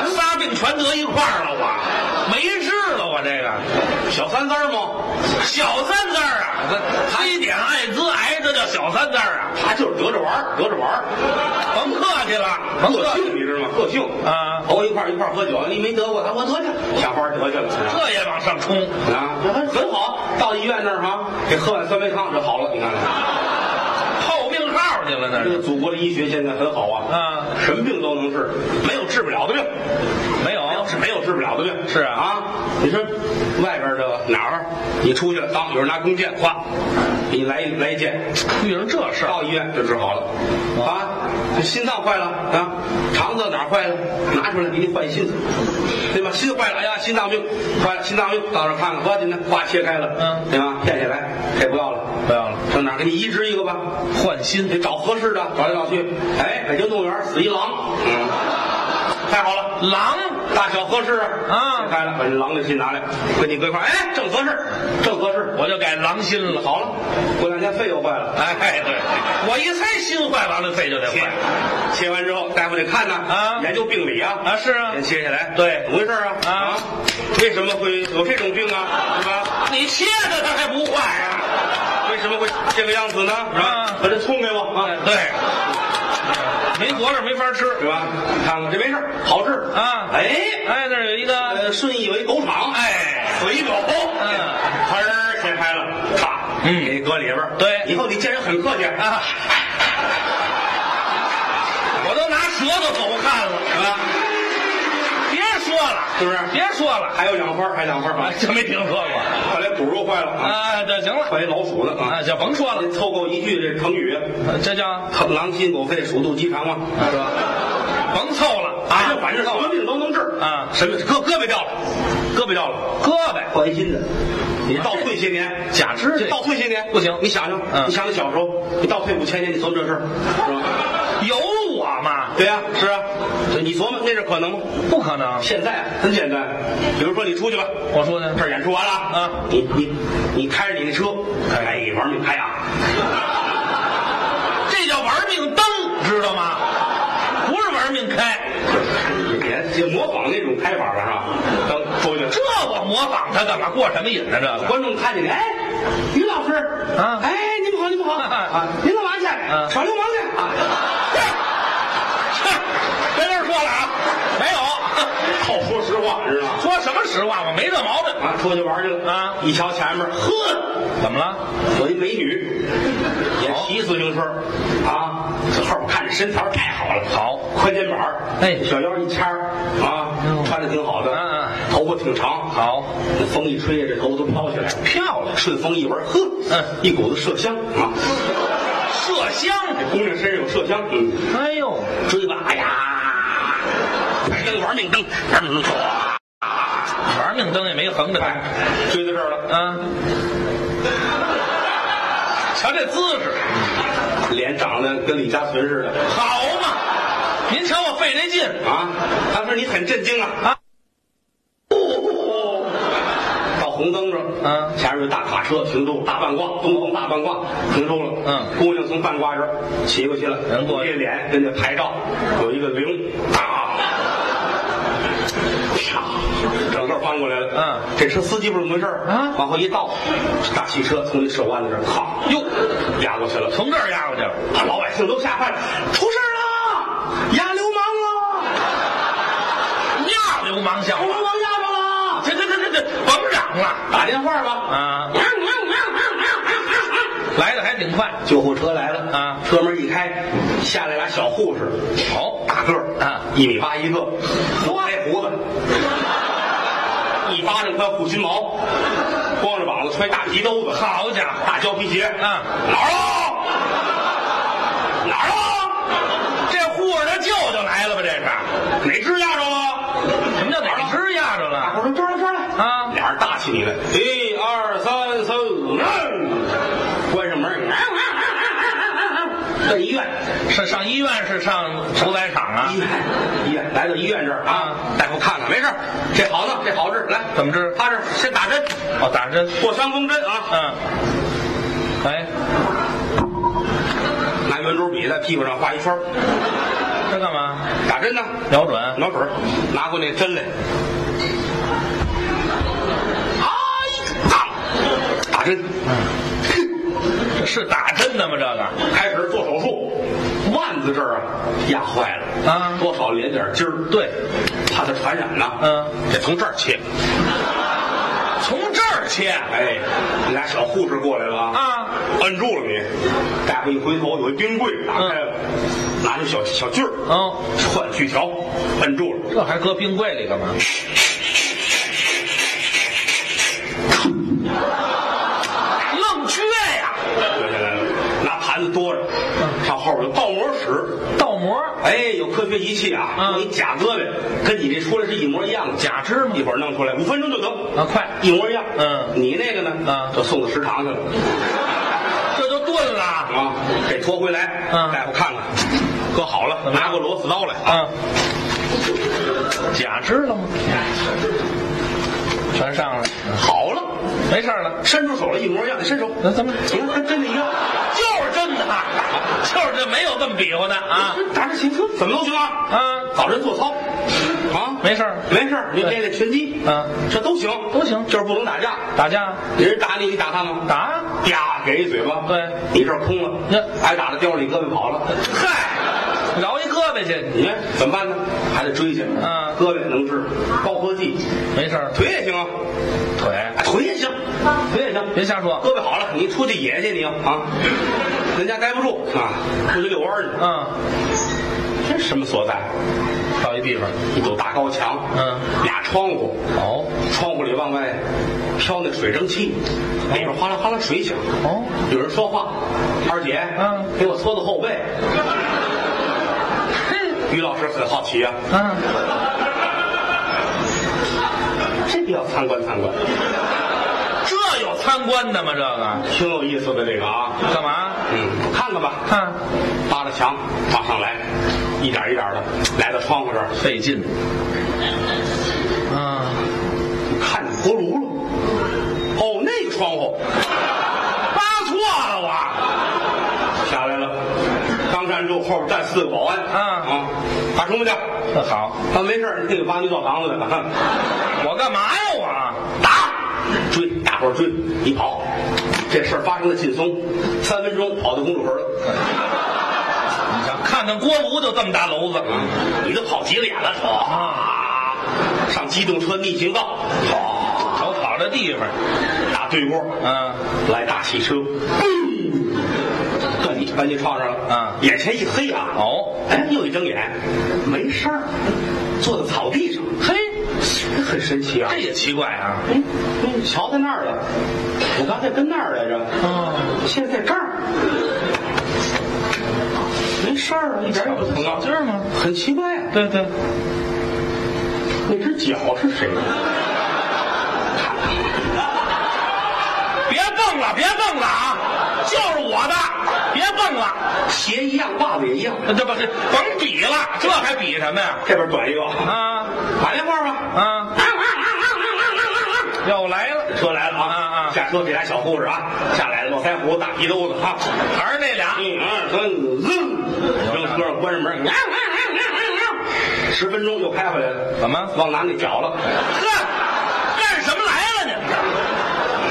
S2: 仨病全得一块儿了，我没治了，我这个
S3: 小三三吗？
S2: 小三字儿啊，这非典、艾滋、癌，这叫小三字儿啊，
S3: 他就是得着玩儿，得着玩儿，
S2: 甭客气啊了，甭
S3: 个
S2: 客气，
S3: 性你知道吗？个性
S2: 啊
S3: 熬一块儿一块儿喝酒，你没得过他，我得去，下班儿得去了。
S2: 这也往上冲。
S3: 啊，这很很好，到医院那儿哈，给喝碗酸梅汤就好了。你看看，
S2: 泡命号去了那
S3: 这
S2: 是
S3: 个祖国的医学现在很好啊，
S2: 啊，
S3: 什么病都能治，没有治不了的病，
S2: 没有
S3: 是没有治不了的病。
S2: 是啊
S3: 啊，你说外边的哪儿，你出去了，当有人拿弓箭，哗，给你来一来一箭，
S2: 遇上这事儿，
S3: 到医院就治好了啊！这心脏坏了啊，肠子哪儿坏了，拿出来给你换新的，对吧？心坏了，哎呀，心脏病，坏了，心脏病，到这儿看看，喝去呢，哗切开了，
S2: 嗯
S3: 对吧？片下来，这不要了，
S2: 不要了，
S3: 上哪儿给你移植一个吧？
S2: 换新
S3: 得找合适的，找来找去，哎，北京动物园死一狼，嗯，太好了。
S2: 狼
S3: 大小合适
S2: 啊
S3: 切开了，把这狼的心拿来，跟你搁一块儿，哎，正合适，正合适。
S2: 我就改狼心了。
S3: 好了，过两天肺又坏了，
S2: 哎，对，我一猜心坏完了肺就得
S3: 切
S2: 坏，
S3: 切完之后，大夫得看呢，
S2: 啊
S3: 研究病理啊，
S2: 啊是啊
S3: 先切下来，
S2: 对
S3: 怎么回事啊？
S2: 啊
S3: 为什么会有这种病啊？是吧？
S2: 你切的它还不坏啊？
S3: 为什么会这个样子呢？是吧
S2: 啊？
S3: 把这葱给我啊，
S2: 对，没活着没法吃。
S3: 对吧？看看这没事儿好治
S2: 啊
S3: 哎，
S2: 哎，那儿有一个，
S3: 呃，顺义为狗场，
S2: 哎，
S3: 死一狗，
S2: 嗯
S3: 呲儿切开了，咔，
S2: 嗯
S3: 给你搁里边儿
S2: 对
S3: 以后你见人很客气啊，
S2: 啊，我都拿舌头走看了，
S3: 是吧？
S2: 别说了，
S3: 是不是？
S2: 别说了，
S3: 还有两花，还两花吧
S2: 哎，，这没听说过
S3: 后来骨肉坏了啊，
S2: 啊？这行了，
S3: 换一老鼠了啊
S2: 啊，。就甭说了，
S3: 您凑够一句这成语，
S2: 这叫
S3: 疼狼心狗肺，鼠肚鸡肠嘛，啊
S2: 啊
S3: 是吧？
S2: 甭凑了
S3: 反
S2: 啊
S3: 正！反正什么病都能治
S2: 啊
S3: 什么胳胳膊掉了，胳膊掉了，
S2: 胳膊
S3: 换一新的。你倒退些年，
S2: 假肢这
S3: 倒退些年
S2: 不行
S3: 你想想，
S2: 嗯
S3: 你想你小时候，你倒退五千年，你琢磨这事儿是吧？
S2: 有我吗？
S3: 对呀、是啊，这你琢磨那是可能吗？
S2: 不可能！
S3: 现在啊很简单，比如说你出去吧，
S2: 我说呢
S3: 这，儿演出完了
S2: 啊
S3: 你你你开着你那车，哎，玩命开啊，
S2: 这叫玩命蹬，知道吗？不是玩命开，
S3: 也也模仿那种开法了是吧？当出去了
S2: 这我模仿他干嘛？过什么瘾呢？这个 (laughs)
S3: 观众看见你，哎，于老师，
S2: 啊
S3: 哎，你们好，你们好，啊，您干嘛去？
S2: 啊
S3: 耍流氓去啊！
S2: 别这儿说了啊，没有，
S3: (laughs) 好说实话，知道吗？
S2: 说什么实话，我没这毛病。
S3: 啊，出去玩去了
S2: 啊
S3: 一瞧前面，呵，
S2: 怎么了？
S3: 有一美女，也骑自行车，啊，这后边看着身材太好了，
S2: 好
S3: 宽肩膀，
S2: 哎
S3: 小腰一掐儿，啊，
S2: 嗯
S3: 穿的挺好的，
S2: 嗯嗯，
S3: 头发挺长，
S2: 好，
S3: 那风一吹，这头发都飘起来了，
S2: 漂亮，
S3: 顺风一闻，呵，
S2: 嗯
S3: 一股子麝香啊，
S2: 麝香。
S3: 姑娘身上有麝香，嗯。
S2: 哎呦，
S3: 追吧！哎呀，蹬玩命蹬，蹬
S2: 玩命蹬也没横着
S3: 哎
S2: 蹬。，
S3: 追到这儿了，
S2: 啊！瞧这姿势，
S3: 脸长得跟李嘉存似的
S2: 好嘛！您瞧我费这劲，
S3: 啊！当时你很震惊啊
S2: 啊！
S3: 到红灯这儿，
S2: 嗯
S3: 前面有大卡车停住，大半挂，东风大半挂停住了，
S2: 嗯
S3: 姑娘从半挂这儿骑过去了，
S2: 人过去
S3: 这脸跟这牌照有一个零，当，啪，整个翻过来了，
S2: 嗯，
S3: 这车司机不是怎么回事儿
S2: 啊
S3: 往后一倒，大汽车从那手腕子这儿咔
S2: 哟，
S3: 压过去了。
S2: 从这儿压过去了。
S3: 啊，老百姓都吓坏了，出事儿了，压
S2: 流氓相
S3: 流
S2: 了，
S3: 氓压着了，
S2: 这这这这这甭嚷了
S3: 打电话吧。嗯
S2: 啊！来的还挺快，
S3: 救护车来了
S2: 啊
S3: 车门一开，下来俩小护士，
S2: 好
S3: 大个儿
S2: 啊
S3: 一米八一个，都白胡子，一巴掌宽护心毛，光着膀子穿大皮兜子，
S2: 好家伙，
S3: 大胶皮鞋，
S2: 啊
S3: 哪儿啊？哪儿啊？
S2: 这护士他舅舅来了吧？这是
S3: 哪只压着了？
S2: 什么叫哪只压着
S3: 大伙
S2: 了？
S3: 儿说这儿来这儿来
S2: 啊
S3: 俩人大气你来，一二三四，嗯关上门儿，啊奔医院，
S2: 是上医院是上屠宰场啊
S3: 医？院，医院，来到医院这儿啊，大夫看看，没事儿，这好弄，这好治，来，
S2: 怎么治？
S3: 他这先打针，
S2: 哦，打针。
S3: 过伤风针啊，
S2: 嗯。哎，
S3: 拿圆珠笔在屁股上画一圈儿，
S2: 这干嘛？
S3: 打针呢，
S2: 瞄准。
S3: 挠水儿，拿过那针来，哎，当，打针，
S2: 这是打针的吗？这个
S3: 开始做手术，腕子这儿啊压坏了
S2: 啊
S3: 多少连点筋儿，
S2: 对，
S3: 怕它传染呐，
S2: 嗯，
S3: 得从这儿切。
S2: 从这儿切
S3: 哎，那俩小护士过来了啊，
S2: 啊！
S3: 摁住了你。大夫一回头，有一冰柜打开了，拿着小小锯儿，
S2: 哦，
S3: 换锯条，摁住了。
S2: 这还搁冰柜里干嘛？愣撅呀！
S3: 留下来了，拿盘子哆着，上后边有倒模室。
S2: 倒模
S3: 哎，有科学仪器啊，
S2: 嗯
S3: 弄一假胳膊，跟你这出来是一模一样的，
S2: 假肢吗
S3: 一会儿弄出来，五分钟就得，
S2: 啊，快，
S3: 一模一样。
S2: 嗯
S3: 你那个呢？
S2: 嗯
S3: 就送到食堂去了。
S2: 这就钝了。
S3: 啊，给拖回来，
S2: 嗯
S3: 大夫看看，搁好了，拿过螺丝刀来
S2: 啊，
S3: 啊，
S2: 假肢了吗？全上来，
S3: 好了，
S2: 没事儿了。
S3: 伸出手来一模一样，伸手，
S2: 那咱们
S3: 行了，跟真的一样，
S2: 就是真的，就是这没有这么比划的啊 (laughs)
S3: 打这行行，怎么都行啊，
S2: 啊！
S3: 早晨做操啊，
S2: 没事儿，
S3: 没事儿，你
S2: 对
S3: 练练拳击，
S2: 嗯，
S3: 这都行，
S2: 都行
S3: 就是不能打架，
S2: 打架
S3: 人打你，你打他吗？
S2: 打，啊
S3: 啪，给一嘴巴，
S2: 对，
S3: 你这儿空了，
S2: 那
S3: 挨打的叼着你胳膊跑了，
S2: 嗨，饶一胳膊去，
S3: 你看怎么办呢？还得追去，
S2: 嗯
S3: 胳膊能治，高科技，
S2: 没事儿，
S3: 腿也行啊，
S2: 腿
S3: 啊腿也行，腿也行，
S2: 别瞎说，
S3: 胳膊好了，你出去野去你啊，人家待不住啊，出去遛弯儿去。
S2: 嗯，
S3: 这什么所在？啊
S2: 到一地方，
S3: 一堵大高墙，
S2: 嗯，
S3: 俩窗户，
S2: 哦
S3: 窗户里往外飘那水蒸气，里边哗啦哗啦水响，
S2: 哦，
S3: 有人说话，二姐，
S2: 嗯
S3: 给我搓搓后 (laughs) 背。于老师很好奇啊，
S2: 嗯，
S3: 这个要参观参观，
S2: 这有参观的吗？这个
S3: 挺有意思的这个啊，
S2: 干嘛？啊
S3: 嗯，看看吧，
S2: 看，
S3: 扒着墙往上来，一点一点的来到窗户这儿，
S2: 费劲，啊，
S3: 看见锅炉了。哦，那个窗户，
S2: 扒错了我，
S3: 下来了。刚站住，后边站四个保安。
S2: 啊
S3: 啊，打什么去？
S2: 那好，
S3: 他没事儿，那个挖你澡堂子的，哼
S2: 我干嘛呀我？
S3: 打，追，大伙儿追，你跑。这事儿发生的劲松，三分钟跑到公主坟了。
S2: 你瞧，看看锅炉就这么大篓子，
S3: 嗯
S2: 啊
S3: 你都跑急了眼了，唰，上机动车逆行道，唰，
S2: 瞧跑这地方，
S3: 大对过，
S2: 嗯，
S3: (laughs) 来大汽车，嗯奔你奔你撞上了。
S2: 啊
S3: 眼前一黑啊。
S2: 哦，
S3: 哎，又一睁眼，没事儿，坐在草地上，
S2: 嘿，
S3: 很神奇啊
S2: 这。也奇怪啊，
S3: 哎，哎瞧在那儿了，我刚才跟那儿来着，
S2: 哦，
S3: 现在在这儿，没事儿啊，一点儿也不疼啊，
S2: 劲儿吗？
S3: 很奇怪啊，
S2: 对对，
S3: 那只脚是谁的？
S2: 别蹦了，别蹦了啊！就是我的，别蹦了。
S3: 鞋一样，袜子也一样，
S2: 这不是甭比了，这还比什么呀？
S3: 这边短一个，
S2: 啊
S3: 打电话吧。
S2: 啊！又来了，
S3: 车来了啊
S2: 啊啊
S3: 下车给俩小护士啊，下来了，络腮胡、大皮兜子啊，
S2: 还是那俩 (laughs)
S3: 嗯，嗯嗯，嗯扔车上关上门，十分钟又开回来了，
S2: 怎么？
S3: 忘拿那脚了。
S2: 干干什么来了呢？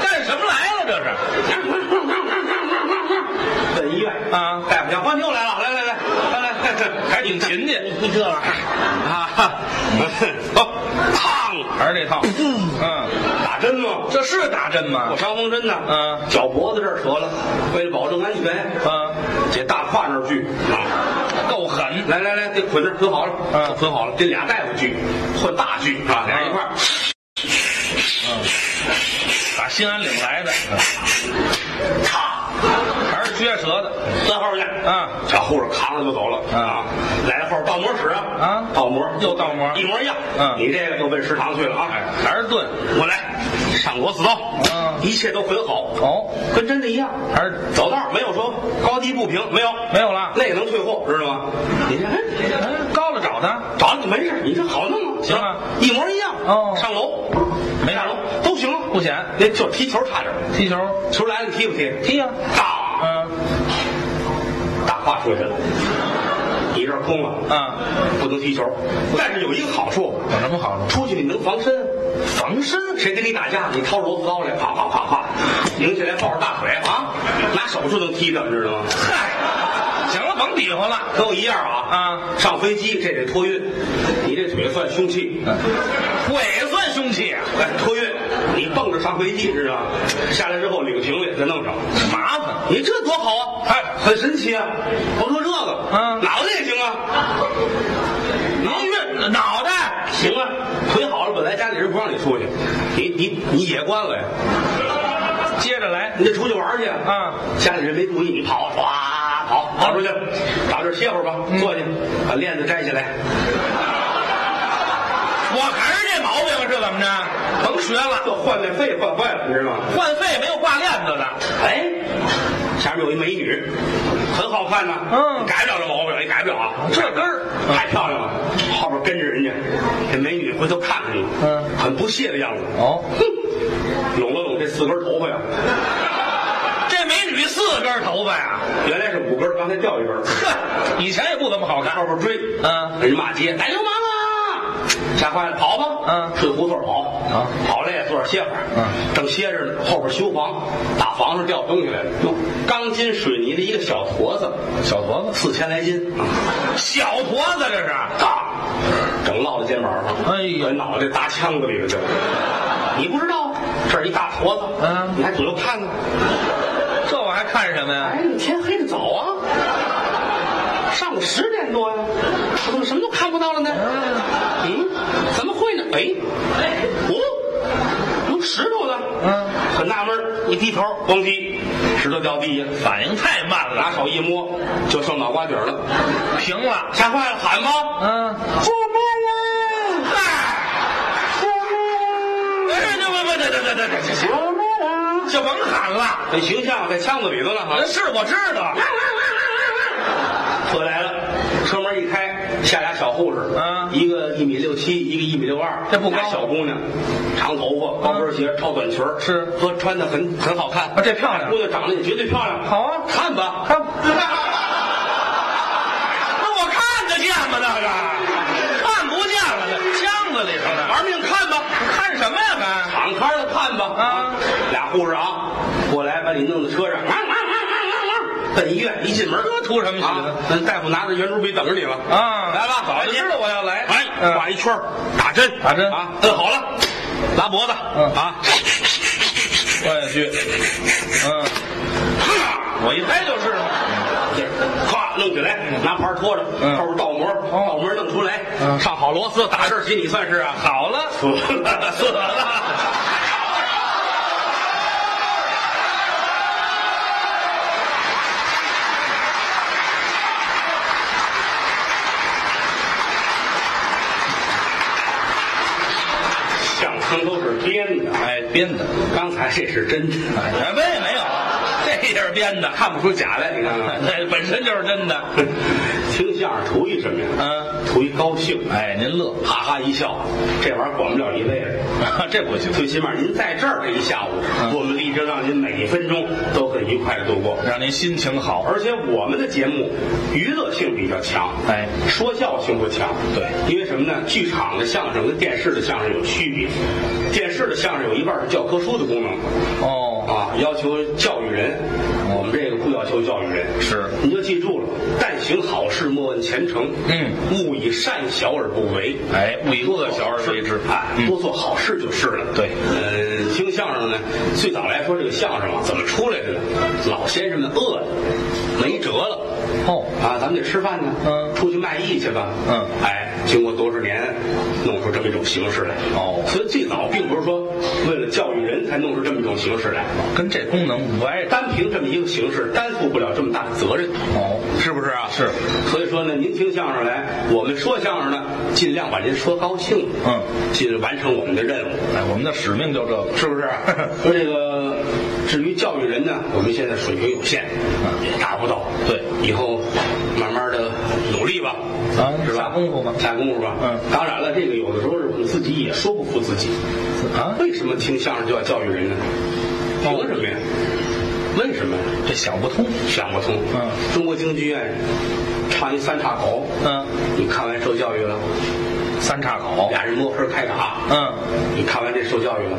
S2: 干什么来了？这是
S3: 奔医院
S2: 啊
S3: 大夫娘欢又来了，来来来来来，
S2: 还挺勤
S3: 你
S2: 的
S3: 你这玩意儿啊，走，
S1: 烫了。
S2: 还是这套。嗯，
S1: 打针吗？
S2: 这是打针吗
S1: 我？伤风针呢，
S2: 嗯
S1: 脚脖子这儿折了，为了保证安全，
S2: 嗯，
S1: 这大胯那儿锯，
S2: 够狠。
S1: 来来来，这捆这儿捆好了，
S2: 嗯
S1: 捆好了，这俩大夫锯，换大锯啊，俩人一块儿，
S2: 打兴安岭来的，
S1: 咔，
S2: 还是撅舌的。
S1: 钻后去，
S2: 嗯
S1: 小护士扛着就走了
S2: 嗯
S1: 啊，来了后边倒模室啊
S2: 啊
S1: 倒模
S2: 又倒模
S1: 一模一样，
S2: 嗯
S1: 你这个就奔食堂去了啊，
S2: 哎还是钝。
S1: 我来上螺丝刀，
S2: 嗯
S1: 一切都很好，
S2: 哦，
S1: 跟真的一样，
S2: 还是
S1: 走道儿没有说高低不平，没有，
S2: 没有了。
S1: 那个能退货，知道吗？你这。哎
S2: 嗯高了找他。
S1: 找你没事，你这好弄啊，
S2: 行啊
S1: 一模一样。
S2: 哦
S1: 上楼，
S2: 没
S1: 下
S2: 事
S1: 楼都行啊，
S2: 不显
S1: 那就踢球差点儿，
S2: 踢球
S1: 球来了你踢不踢？
S2: 踢呀、
S1: 大
S2: 嗯
S1: 大胯出去了，你这儿空了，
S2: 嗯，
S1: 不能踢球。但是有一个好处，
S2: 有什么好处？
S1: 出去你能防身。防身？谁跟你打架？你掏螺丝刀来，啪啪啪啪，拧起来抱着大腿啊，拿手就能踢着，你知道吗？
S2: 嗨，行了，甭比划了。
S1: 跟我一样啊
S2: 啊
S1: 上飞机这得托运，你这腿算凶器。
S2: 嗯鬼算凶器啊，
S1: 哎，托运，你蹦着上飞机知道吗？下来之后领行李再弄上，
S2: 麻烦。
S1: 你这多好啊！
S2: 哎
S1: 很神奇啊！甭说这个，
S2: 嗯
S1: 哪个也行啊，
S2: 您越脑袋
S1: 行啊，腿好了，本来家里人不让你出去，你你你也关了呀，
S2: 接着来。
S1: 你得出去玩去
S2: 啊！
S1: 家里人没注意，你跑，唰跑跑出去，找地儿歇会儿吧，
S2: 嗯
S1: 坐下，把链子摘下来，
S2: (laughs) 我还是这毛病是怎么着？甭学了，
S1: 这换那肺换坏了，你知道吗？
S2: 换肺没有挂链子的。
S1: 哎，前面有一美女，很好看呐、
S2: 嗯
S1: 改不了这毛病，也改不了啊。
S2: 这根儿
S1: 太漂亮了，后边跟着人家，这美女回头看看你，
S2: 嗯
S1: 很不屑的样子，
S2: 哦，
S1: 哼，拢了拢这四根头发呀，
S2: 这美女四根头发呀、
S1: 原来是五根，刚才掉一根，
S2: 呵， (laughs) 以前也不怎么好看。
S1: 后边追，
S2: 嗯
S1: 人家骂街，逮流氓啊！吓坏了，跑吧，
S2: 嗯
S1: 顺胡同跑，
S2: 啊
S1: 跑累了坐着歇会儿，
S2: 嗯，
S1: 正歇着呢，后边修房，打房上掉东西来了，哟，钢筋水泥的一个小坨子，
S2: 小坨子，
S1: 四千来斤。
S2: 小坨子这是。
S1: 当，整落到肩膀上，
S2: 哎呦
S1: 把脑袋搭腔子里了就。你不知道，这儿一大坨子，
S2: 嗯
S1: 你还左右看看，
S2: 这我还看什么呀？
S1: 哎，你天黑的早啊，上午十点多呀、我怎么什么都看不到了呢？嗯，怎么会呢？哎，哦，有石头呢，
S2: 嗯
S1: 很纳闷儿，一低头，咣叽，石头掉地下，
S2: 反应太慢了，
S1: 拿手一摸，就剩脑瓜底儿了，
S2: 平了。
S1: 吓坏了，喊吧，
S2: 嗯，
S1: 救命啊！救命啊！
S2: 哎，这不不，这这这这这这，
S1: 救命啊！
S2: 就甭喊了。
S1: 这形象在腔子里头呢哈。
S2: 是我知道， (laughs)
S1: 车来了，车门一开，下俩小护士，
S2: 啊
S1: 一个一米六七，一个一米六二，
S2: 这不高
S1: 俩小姑娘，长头发，高跟鞋，超短裙儿
S2: 是
S1: 和穿的很很好看
S2: 啊这漂亮
S1: 俩姑娘长得也绝对漂亮，
S2: 好啊
S1: 看吧，
S2: 看，那我看得见吗？那个看不见了，这箱子里头呢。
S1: 玩命看吧，
S2: 看什么呀？还
S1: 敞开了看吧，
S2: 啊，
S1: 俩护士啊，过来把你弄到车上，啊啊啊啊啊啊奔医院，一进门，
S2: 这图什么学
S1: 啊
S2: 的？
S1: 那大夫拿着圆珠笔等着你了
S2: 啊
S1: 来吧，
S2: 早就知道我要来
S1: 哎，
S2: 嗯
S1: 画一圈儿打针，
S2: 打针
S1: 啊，摁好了，拉脖子，
S2: 嗯
S1: 啊，
S2: 我也去。嗯，
S1: 啪，
S2: 我一猜就是了。
S1: 咵弄起来，拿牌拖着，
S2: 嗯
S1: 后边倒模，倒模弄出来，
S2: 嗯
S1: 上好螺丝，打这儿起你算是啊，
S2: 好了，
S1: 死
S2: (laughs)
S1: 了死了。相声都是编的，
S2: 哎，编的，
S1: 刚才这是真的，
S2: 哎，没
S3: (laughs)
S2: 没有，这也是编的，
S1: 看不出假来，你看看。
S2: 那哎 (laughs) 本身就是真的。
S3: (laughs)
S1: 听相声图一什么呀？
S2: 嗯，
S1: 图一高兴，
S2: 哎，您乐，
S1: 哈哈一笑，这玩意儿管不了一辈子。
S2: (laughs) 这不行。嗯
S1: 最起码您在这儿这一下午，我们立
S3: 直让您每一分钟都很愉快的度过。
S2: 让您心情好。
S3: 而且我们的节目娱乐性比较强，
S2: 哎
S3: 说教性不强。
S2: 对，
S3: 因为什么呢？剧场的相声跟电视的相声有区别，电视的相声有一半是教科书的功能
S2: 哦，
S3: 啊，要求教育人，我们这个不要求教育人。
S2: 是
S3: 你就记住了，但行好事，莫问前程。
S2: 嗯，
S3: 勿以善小而不为。
S2: 哎，勿以恶小而为之。嗯
S3: 哎，多做好事就是了。
S2: 对
S3: 呃，听相声呢，最早来说这个相声啊，怎么出来的呢？老先生们饿了，没辙了
S2: 哦，
S3: 啊，咱们得吃饭呢，
S2: 嗯
S3: 出去卖艺去吧，
S2: 嗯
S3: 哎，经过多少年，弄出这么一种形式来。
S2: 哦
S3: 所以最早并不是说为了教育人才弄出这么一种形式来，
S2: 跟这功能不挨着。
S3: 单凭这么一个形式担负不了这么大的责任。
S2: 哦，
S3: 是不是啊？
S2: 是。
S3: 所以说呢，您听相声来，我们说相声呢，尽量把您说高兴，
S2: 嗯，
S3: 尽完成我们的任务，
S2: 哎，我们的使命就这个。
S3: 是不
S2: (laughs)
S3: 是？说这个，至于教育人呢，我们现在水平有限，也达不到。
S2: 嗯对，
S3: 以后慢慢的努力吧，
S2: 啊
S3: 是吧？
S2: 下功夫吧
S3: 下功夫吧。
S2: 嗯
S3: 当然了，这个有的时候是我们自己也说不服自己，
S2: 啊，
S3: 为什么听相声就要教育人呢？
S2: 哦
S3: 凭什么呀？为什么呀？
S2: 这想不通。
S3: 想不通。
S2: 嗯，
S3: 中国京剧院唱一三岔口，
S2: 嗯，
S3: 你看完受教育了，
S2: 三岔口。
S3: 俩人摸黑开打，
S2: 嗯，
S3: 你看完这受教育了。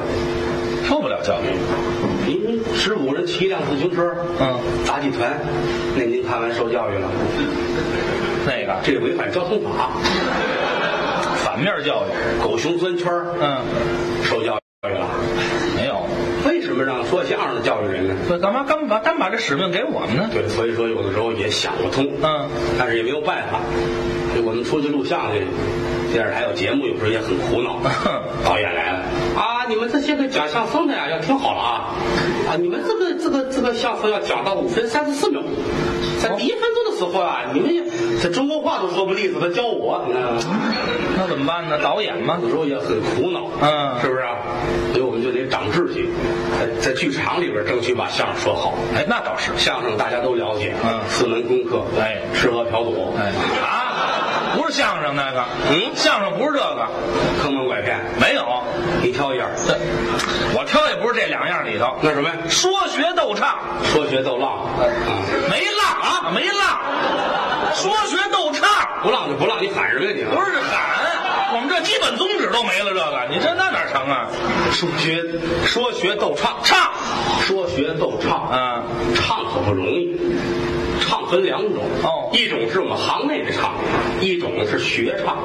S2: 受不了教育。
S3: 您十五人骑一辆自行车，
S2: 嗯，
S3: 杂技团，那您看完受教育了，
S2: 那个
S3: 这违反交通法，
S2: 反面教育。
S3: 狗熊钻圈儿
S2: 嗯，
S3: 受教育了。
S2: 没有。
S3: 为什么让说相声的教育人呢？
S2: 那干嘛干嘛单把这使命给我们呢？
S3: 对，所以说有的时候也想不通，
S2: 嗯，
S3: 但是也没有办法。就我们出去录像去，电视台有节目，有时候也很苦恼。导演来了啊，你们这些个讲相声的呀，要听好了啊啊，你们这个这个这个相声要讲到五分三十四秒，在第一分钟的时候啊，你们也这中国话都说不利索，他教我，你
S2: 嗯
S3: 看
S2: 那怎么办呢？导演吗
S3: 有？时候也很苦恼，
S2: 嗯
S3: 是不是啊？所以我们就得长志气，在在剧场里边争取把相声说好。
S2: 哎，那倒是。
S3: 相声大家都了解，
S2: 嗯
S3: 四门功课，
S2: 哎
S3: 吃喝嫖赌，
S2: 哎，啊，不是相声那个，嗯，相声不是这个，
S3: 坑蒙拐骗，
S2: 没有。
S3: 你挑一样，
S2: 这我挑也不是这两样里头，
S3: 那什么呀？
S2: 说学逗唱
S3: 说学逗浪啊，
S2: 没浪啊，没浪，说学逗唱
S3: 不浪就不浪，你喊什么呀你啊？
S2: 不是喊，我们这基本宗旨都没了，这个你这那哪成啊？
S3: 说学说学逗唱，
S2: 唱，
S3: 说学逗唱，
S2: 嗯，
S3: 唱可不容易。唱分两种
S2: 哦
S3: 一种是我们行内的唱，一种呢是学唱。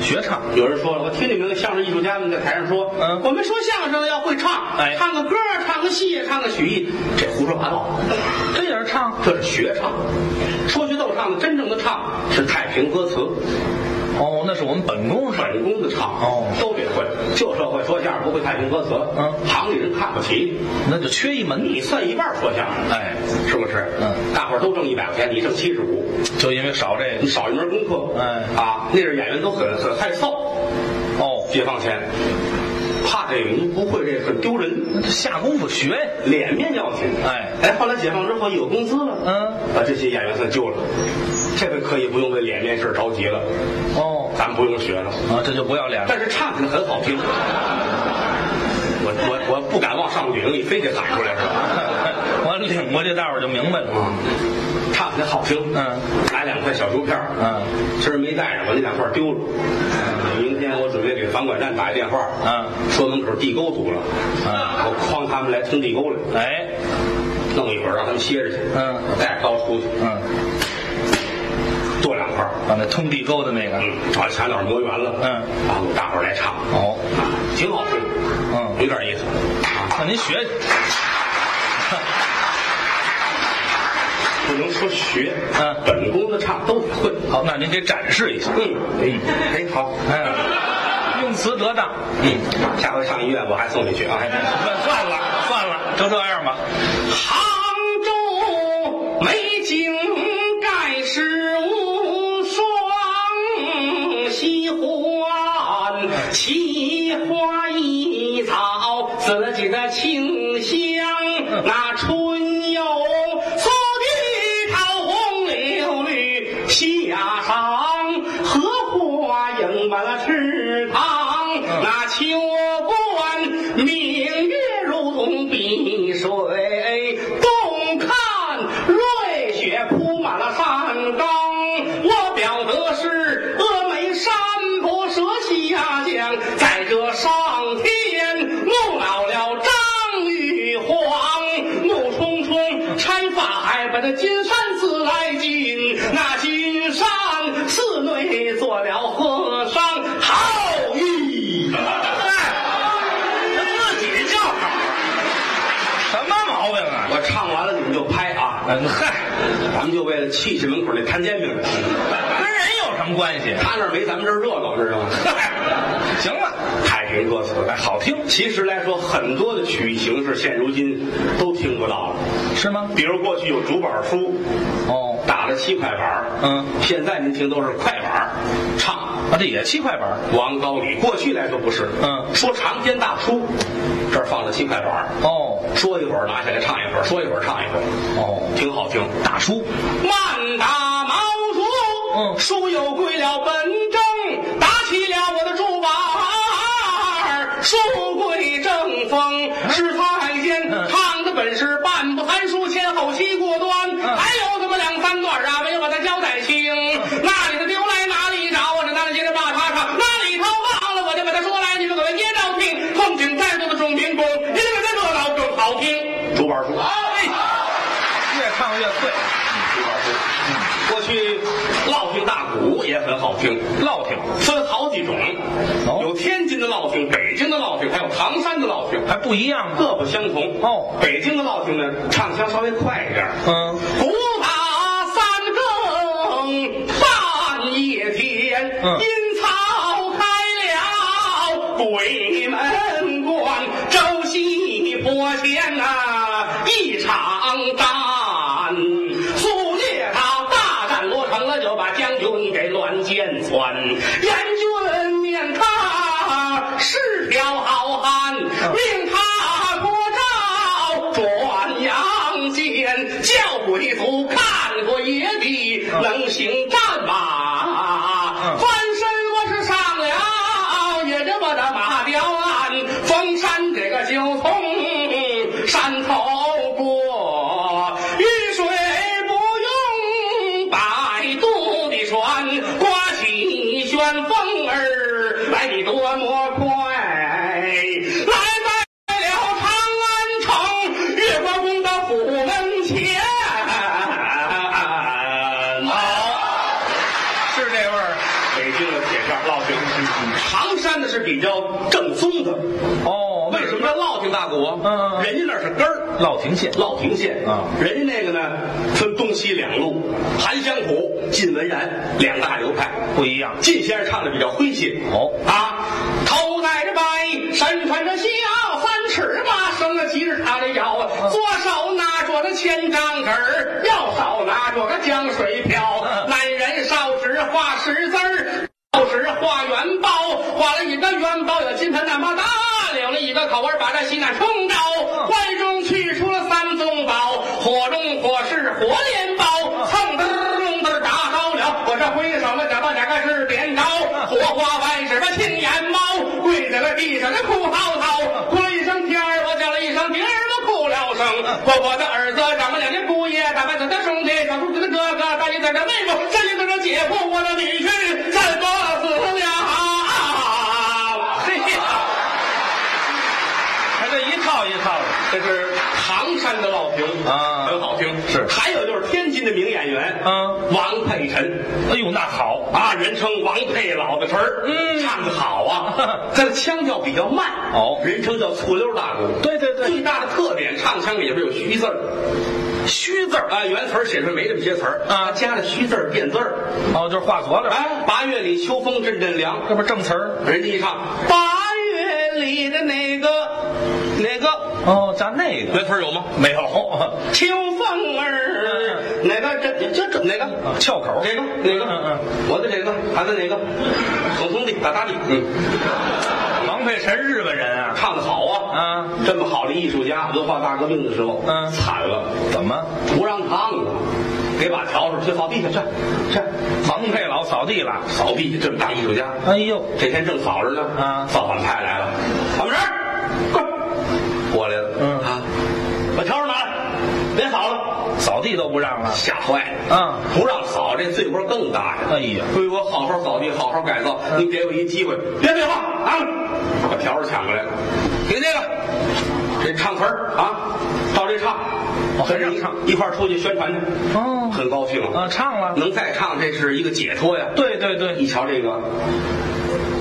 S2: 学唱，
S3: 有人说了，我听你们的相声艺术家们在台上说，
S2: 嗯
S3: 我们说相声的要会唱，
S2: 哎
S3: 唱个歌儿，唱个戏，唱个曲艺，这胡说八道。
S2: 这也是唱
S3: 这是学唱，说学逗唱的真正的唱是太平歌词，
S2: 哦，那是我们本宫是
S3: 本宫的唱
S2: 哦
S3: 都得会。旧社会说相声不会太平歌词，
S2: 嗯
S3: 行里人看不起
S2: 那就缺一门，
S3: 你，算一半说相声，
S2: 哎，
S3: 是不是？
S2: 嗯，
S3: 大伙儿都挣一百块钱，你挣七十五，
S2: 就因为少这
S3: 你
S2: 个
S3: 少一门功课，
S2: 哎
S3: 啊，那阵儿演员都很很害臊，
S2: 哦，
S3: 解放前，怕这个您不会这个很丢人。
S2: 那就下功夫学呀，
S3: 脸面要紧，
S2: 哎
S3: 哎，后来解放之后有工资了，
S2: 嗯，
S3: 把这些演员算救了，这回可以不用为脸面事儿着急了，
S2: 哦，
S3: 咱们不用学了，
S2: 啊，这就不要脸了， (laughs)
S3: 但是唱起来很好听。我我我不敢往上顶，你非得喊出来是吧？
S2: 我领过去，大伙儿就明白了，
S3: 啊，唱起来好听。
S2: 嗯，
S3: 拿两块小竹片儿
S2: 嗯，
S3: 今儿没带上，我那两块儿丢了。明天我准备给房管站打一电话，
S2: 嗯，
S3: 说门口地沟堵了，
S2: 嗯
S3: 啊我诓他们来通地沟来，
S2: 哎，
S3: 弄一会儿让他们歇着去，
S2: 嗯
S3: 我带着刀出去
S2: 嗯，
S3: 剁两块儿，
S2: 把那通地沟的那个，
S3: 嗯，把墙角磨圆了，
S2: 嗯
S3: 然后大伙儿来唱，
S2: 哦，
S3: 啊，挺好听，
S2: 嗯
S3: 有点意思，啊，
S2: 那您学去，
S3: 不能说学，
S2: 嗯
S3: 本宫的唱都得会，
S2: 好，那您给展示一下，
S3: 嗯，哎，哎，好，
S2: 哎， (laughs) 用词得当，
S3: 嗯，下回上医院我还送你去 (laughs) 啊。
S2: 算了算了，就这样吧。
S3: 杭州美景盖世无双，西欢奇花异草，自己的清香。那春有四季桃红柳绿，夏赏荷花映满了池塘。那秋观明月如同碧水，
S1: 哎
S2: 啊
S1: 嗯嗨，咱们就为了气气门口那摊煎饼，
S2: 跟人有什么关系？啊
S1: 他那儿没咱们这儿热闹，知道吗？
S2: (laughs) 嗨，行了，
S1: 太平歌词，哎，好听。其实来说，很多的曲艺形式现如今都听不到了。
S2: 是吗？
S1: 比如过去有竹板书，
S2: 哦，
S1: 打了七块板儿
S2: 嗯，
S1: 现在您听都是快板儿唱。
S2: 啊，这也七块板儿
S1: 王高里，过去来说不是，
S2: 嗯
S1: 说长篇大书，这儿放着七块板儿
S2: 哦
S1: 说一会儿拿下来唱一会儿，说一会儿唱一会儿，
S2: 哦，
S1: 挺好听。
S2: 大叔，
S1: 慢打毛竹，
S2: 嗯
S1: 书又归了本正，打起了我的竹板儿，书归正风是太监，
S2: 嗯
S1: 唱的本是半部寒书，前后七过端，
S2: 嗯
S1: 还有这么两三段啊，没有把它交代清。那里的丢来哪里找啊？这哪里接着把他唱，哪里头忘了我就把它说来，你们可别照听。奉请在座的众民工，您给他热闹更好听。竹板书啊，哎。
S2: 越唱越脆，
S1: 朱老师，过去烙饼大鼓也很好听，
S2: 烙挺
S1: 分好几种，
S2: 哦
S1: 有天津的烙饼、北京的烙饼，还有唐山的烙饼，
S2: 还不一样吗？
S1: 各不相同。
S2: 哦
S1: 北京的烙饼呢，唱腔稍微快一点，
S2: 嗯，
S1: 鼓打三更半夜天，
S2: 嗯
S1: 阴曹开了鬼门关，周西坡前啊一场战，苏烈他大战罗成了，就把将军给乱箭穿，阎君面他是条好汉，命他国照转阳间，叫鬼卒看过野地，能行战马。
S2: 嗯
S1: 翻身我是上了，也着我的马雕鞍，封山这个九通山头过，遇水不用摆渡的船，刮起旋风儿来的多么快，来吧。来了长安城，月光宫的府门前。好，
S2: 是这味儿。
S1: 北京的铁片烙饼，唐山的是比较正宗的。
S2: 哦，
S1: 为什么叫烙饼大鼓啊？
S2: 嗯
S1: 人家那是根儿。
S2: 烙挺蟹？
S1: 烙亭县
S2: 啊
S1: 人家那个呢，分东西两路，韩湘虎、靳文然两大流派。
S2: 不一样。
S1: 靳先生唱的比较诙谐，
S2: 哦
S1: 啊，头戴着白，身穿着孝，三尺八，生了骑着他的腰，啊左手拿着那千张纸儿，右手拿着个江水瓢，
S2: 嗯
S1: 男人烧纸画十字儿。烧纸画元包，画了一个元包，有金盆大麻大，留了一个口儿，把这西南冲着。关中去出了三宗宝，火中火势火连包，蹭噔噔噔打高了，我这挥手了，怎么两个是点着？火花外是吧青眼猫，跪在了地上那哭嚎啕，哭了一声天儿，我叫了一声别儿，我哭了声。我我的儿子长了两年姑爷，打扮他的兄弟，长出他的哥哥，大爷在这妹夫，三爷在这姐夫，我的女婿怎么死了？嘿嘿，
S2: 他这一套一套的。
S1: 这是唐山的烙饼
S2: 啊
S1: 很好听。
S2: 是
S1: 还有就是天津的名演员，
S2: 嗯，
S1: 王佩臣
S2: 哎呦，那好，
S1: 啊，人称王佩老的词儿，
S2: 嗯
S1: 唱的好
S2: (laughs)
S1: 啊，但是腔调比较慢
S2: 哦
S1: 人称叫醋溜大鼓。
S2: 对对对
S1: 最大的特点，唱腔里边有虚字儿
S2: 虚字儿。
S1: 啊，原词儿写出来没这么些词儿
S2: 啊
S1: 加了虚字儿变字儿。
S2: 哦，就是画左了。
S1: 哎，八月里秋风阵阵凉，
S2: 这不是正词儿？
S1: 人家一唱八月里的哪个哪个，
S2: 哦，加那个
S1: 原词儿有吗？
S2: 没有，
S1: 秋风儿，
S2: 嗯
S1: 哪个这这这哪个？
S2: 翘口
S1: 哪个哪个？
S2: 嗯嗯
S1: 我的哪个？俺的哪个？总兄弟打大力，嗯，
S2: 嗯，王佩臣日本人啊？
S1: 唱的好啊！
S2: 啊，
S1: 这么好的艺术家，文化大革命的时候，
S2: 嗯
S1: 惨了，
S2: 怎么？
S1: 不让唱了，给把笤帚去扫地去，去去
S2: 王佩老扫地了？
S1: 扫地去，这么大艺术家，
S2: 哎呦，
S1: 这天正扫着呢，
S2: 啊
S1: 造反派来了，扫门神，过过来了，
S2: 嗯
S1: 啊，把笤帚拿来，别扫了，
S2: 扫地都不让了。
S1: 吓坏了，
S2: 啊，
S1: 不让扫，这罪过更大呀。
S2: 哎呀，
S1: 所以我好好扫地，好好改造，
S2: 嗯
S1: 你给我一机会，别废话啊！把笤帚抢过来了，给这个，这唱词儿啊，照这唱，
S2: 哦
S1: 跟着
S2: 跟着唱
S1: 一块儿出去宣传去，
S2: 哦
S1: 很高兴
S2: 啊，唱了。
S1: 能再唱，这是一个解脱呀。
S2: 对对对，
S1: 一瞧这个，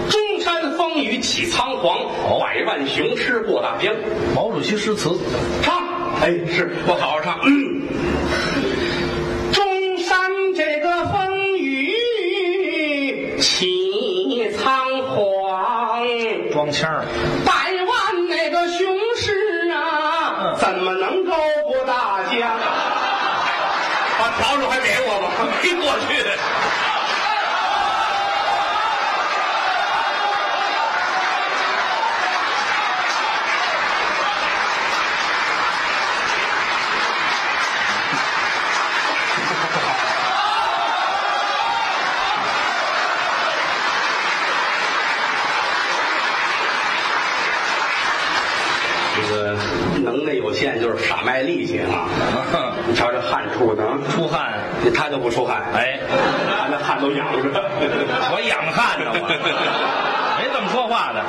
S1: 中山风
S2: 哦
S1: 雨起苍黄，百万雄师过大江。
S2: 毛主席诗词。
S1: 唱，哎，是我好好唱。嗯。中山这个风雨起苍黄，
S2: 装腔儿，
S1: 百万那个雄师啊，
S2: 嗯
S1: 怎么能够不大家？把笤帚还给我吧，没过去。这个能耐有限，就是傻卖力气啊！你瞧这汗出的啊，
S2: 出汗，
S1: 他就不出汗，
S2: 哎，
S1: 他那汗都痒着。 (laughs)
S2: 我养汗呢， (laughs) 我没这么说话的。